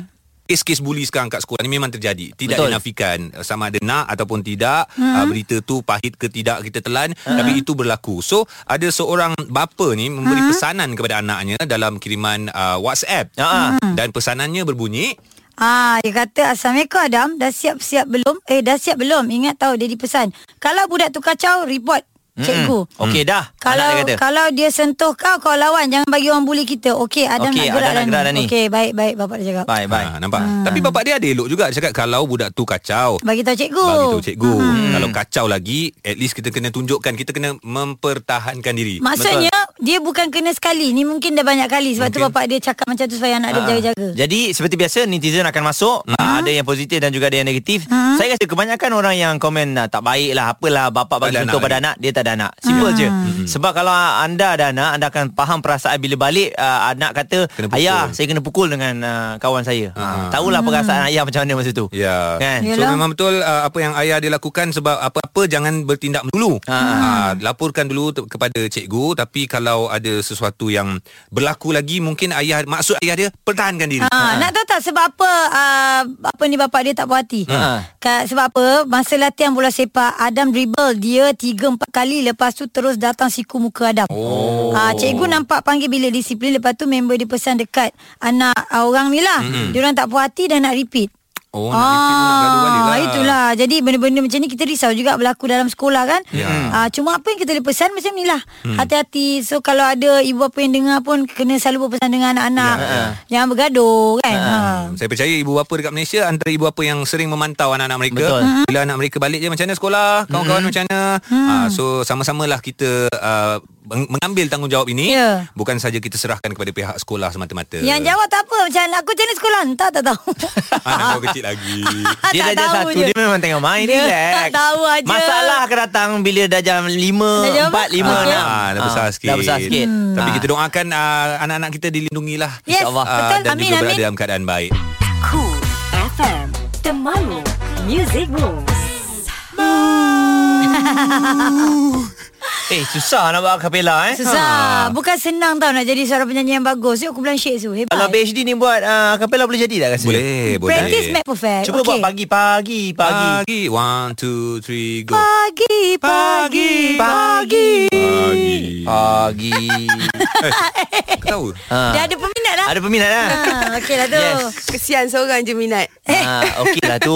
S1: Kes-kes bully sekarang kat sekolah ni memang terjadi. Tidak
S4: Betul.
S1: Betul. dinafikan Uh, sama ada nak ataupun tidak. Hmm. Uh, berita tu pahit ke tidak kita telan hmm. tapi itu berlaku. So ada seorang bapa ni memberi hmm. pesanan kepada anaknya dalam kiriman uh, WhatsApp.
S4: Ha.
S1: Dan pesanannya berbunyi
S2: Ah, dia kata Assalamualaikum Adam, dah siap-siap belum? Eh, dah siap belum? Ingat tahu dia dipesan. Kalau budak tu kacau, report cikgu.
S4: Okey dah.
S2: Hmm. Kalau
S4: Hmm. anak dia kata.
S2: kalau dia sentuh kau kau lawan jangan bagi orang bully kita. Okey, Adam
S4: Okey,
S2: nak gerak
S4: Adam nak
S2: dah
S4: gerak dah ni.
S2: ni. Okey, baik baik bapak dia cakap.
S4: Bye bye.
S1: Ha, nampak. Hmm. Tapi bapak dia ada elok juga dia cakap kalau budak tu kacau
S2: Bagi tahu cikgu.
S1: bagi tahu cikgu. Kalau kacau lagi at least kita kena tunjukkan kita kena mempertahankan diri.
S2: Maksudnya Betul. dia bukan kena sekali, ni mungkin dah banyak kali sebab tu
S1: Mungkin.
S2: bapak dia cakap macam tu supaya anak dia
S4: Ah.
S2: berjaga-jaga.
S4: Jadi seperti biasa netizen akan masuk Ah, Ada yang positif dan juga ada yang negatif
S2: Ah.
S4: Saya rasa kebanyakan orang yang komen ah, Tak baik lah apalah Bapak
S1: Tak
S4: bagi
S1: ada
S4: contoh
S1: anak
S4: pada
S1: lagi.
S4: anak Dia tak ada anak
S2: Ah.
S4: Simple je Sebab kalau anda ada anak Anda akan faham perasaan bila balik ah, Anak kata
S1: Kena pukul.
S4: Ayah saya kena pukul dengan ah, kawan saya
S1: Ah.
S4: uh Tahulah perasaan ayah macam mana masa tu
S1: Ya.
S4: Kan?
S1: So
S2: Yelah.
S1: memang betul uh, apa yang ayah dia lakukan sebab apa-apa jangan bertindak dulu. Ha. Uh, laporkan dulu te- kepada cikgu tapi kalau ada sesuatu yang berlaku lagi mungkin ayah maksud ayah dia pertahankan diri.
S2: Ha,
S4: Ah.
S5: Ah.
S2: nak tahu tak sebab apa uh, apa ni bapak dia tak puas hati?
S4: Ha.
S2: Ka, sebab apa? Masa latihan bola sepak Adam dribble dia 3 4 kali lepas tu terus datang siku muka Adam. Oh. Ha, cikgu nampak panggil bila disiplin lepas tu member dia pesan dekat anak uh, orang ni lah. Mm-hmm. Diorang tak puas hati dan nak repeat. Ah,
S1: Oh, nak repeat tu nak gaduh balik
S5: Ah,
S1: lah.
S2: Itulah. Jadi benda-benda macam ni kita risau juga berlaku dalam sekolah kan.
S1: Ya. Hmm.
S2: Ah, cuma apa yang kita boleh pesan macam ni lah. Hati-hati. So kalau ada ibu apa yang dengar pun kena selalu berpesan dengan anak-anak.
S1: Ya.
S2: Jangan bergaduh kan. Ha.
S1: Hmm. Saya percaya ibu bapa dekat Malaysia antara ibu bapa yang sering memantau anak-anak mereka.
S4: Betul.
S1: Bila
S2: Hmm.
S1: anak mereka balik je macam mana sekolah, kawan-kawan macam mana. Ah, so sama-samalah kita uh, meng- mengambil tanggungjawab ini.
S2: Ya.
S1: Bukan saja kita serahkan kepada pihak sekolah semata-mata.
S2: Yang jawab tak apa Macam anak aku macam mana sekolah Entah tak tahu
S1: anak kau Ah, kecil
S2: *laughs*
S1: lagi.
S2: Tak
S4: Dia dah jam
S2: tahu
S4: satu
S2: je.
S4: Dia memang tengah main
S2: Dia
S4: relax.
S2: tak tahu aja.
S4: Masalah akan datang Bila dah jam
S2: Dah jam
S4: 5
S2: apa?
S4: empat lima
S2: Okey. Hmm.
S4: enam.
S1: Ah, dah besar
S4: Ah,
S1: sikit. Hmm.
S4: Dah besar sikit
S1: Tapi
S4: Ah.
S1: kita doakan ah, anak-anak kita dilindungilah.
S2: Yes,
S1: InsyaAllah. Ah,
S2: betul.
S1: dan
S2: Amin,
S1: juga
S2: amin.
S1: berada dalam keadaan baik.
S3: Cool FM. Temanmu. Music Rules.
S4: Eh susah nak buat acapella eh
S2: Susah Bukan senang tau Nak jadi seorang penyanyi yang bagus Yuk kumpulan Syed tu Hebat
S4: Kalau PhD ni buat uh, acapella boleh jadi tak rasa?
S1: Boleh, boleh.
S2: Practice make perfect
S4: Cuba okay. buat pagi-pagi pagi.
S1: Pagi. One, two, three, go.
S2: Pagi Pagi Pagi
S1: Pagi.
S4: Pagi.
S2: *laughs*
S1: Kau tahu?
S2: Dah ada peminat dah
S4: Ada peminat lah.
S2: ha, Okey lah tu Eh.
S4: Yes.
S5: Kesian seorang je minat.
S4: Ah, Okey lah tu.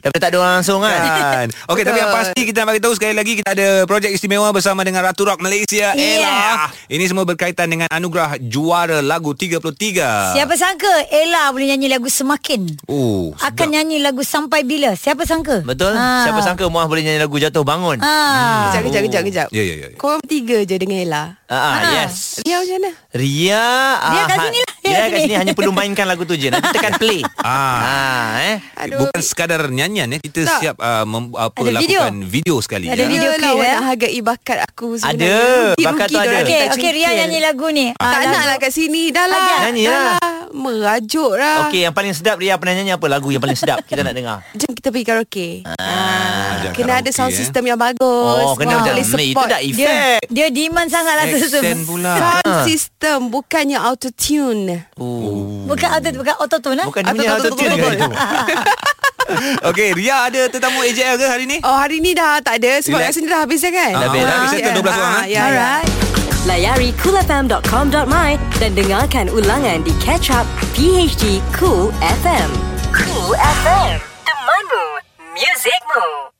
S4: Daripada tak ada orang langsung kan.
S2: Ah.
S5: *laughs*
S1: Kan. Okey tapi yang pasti kita nak bagi tahu sekali lagi kita ada projek istimewa bersama dengan Ratu Rock
S5: Ya.
S1: Malaysia Ella. Ini semua berkaitan dengan anugerah juara lagu
S4: Ah.
S1: 33.
S2: Siapa sangka Ella boleh nyanyi lagu Semakin
S1: Oh,
S2: Akan nyanyi lagu Sampai Bila Siapa sangka
S4: Betul?
S2: Ah.
S4: Siapa sangka Muah boleh nyanyi lagu Jatuh Bangun.
S2: Ah.
S4: Ah,
S5: Kejap, kejap, kejap, kejap.
S1: Ya, ya, ya.
S5: Korang bertiga je dengan Ella.
S4: ah, yes.
S5: Ria macam mana?
S4: Ria
S2: Ria kat
S4: ah,
S2: sini lah.
S4: Ria
S2: Ria
S4: kat
S2: sini.
S4: sini hanya perlu mainkan lagu tu je Nanti tekan
S2: *laughs*
S4: play
S1: Ah.
S4: ah eh.
S5: Aduh.
S1: Bukan sekadar nyanyian eh. Kita
S5: Tak.
S1: siap uh, mem, apa,
S2: Ada video.
S1: lakukan video, sekali.
S2: Ada
S1: ya.
S2: video
S5: Video
S2: clip,
S5: lah awak
S2: eh?
S5: nak hargai bakat aku sebenarnya.
S4: Ada,
S5: Rugi-rugi
S4: bakat tu ada.
S5: dorang
S2: Okey,
S5: tak
S2: okey Ria
S5: cengkel.
S2: nyanyi lagu ni.
S5: Tak
S2: Ah,
S5: nak lah kat sini. Dah lah.
S4: Ajar. Nyanyi
S5: Dah
S4: lah.
S5: Merajuk lah.
S4: Okey yang paling sedap Ria pernah nyanyi apa Lagu yang paling sedap Kita nak dengar
S5: Jom kita pergi karaoke. Ah,
S1: Ajak
S5: kena ada
S1: karaoke,
S5: sound
S1: eh.
S5: system yang bagus.
S4: Oh kena
S5: Wah,
S4: macam
S5: boleh
S4: Meh, Itu
S5: support.
S4: dah
S2: Dia,
S4: effect
S2: Ya, dia demand sangat lah tu
S1: Accent
S2: semua.
S5: *laughs*
S1: pula.
S5: Sound system bukannya auto tune.
S2: Bukan auto bukan auto tune lah.
S4: Bukan dia punya
S5: Atau-
S4: auto-tune kan?
S5: atau-
S4: ke itu?
S1: Okey, Ria ada tetamu AJL ke hari ni?
S5: Oh hari ni dah tak ada sebab
S1: Relax.
S5: kat sini dah habis dah kan?
S1: Ah,
S4: dah habis, dah
S1: habis settle 12 orang,
S5: Ya,
S1: eh?
S5: ya.
S2: Alright.
S3: Layari coolfm.com.my dan dengarkan ulangan di Catch Up PHD Cool FM. Cool FM. Temanmu. Musicmu.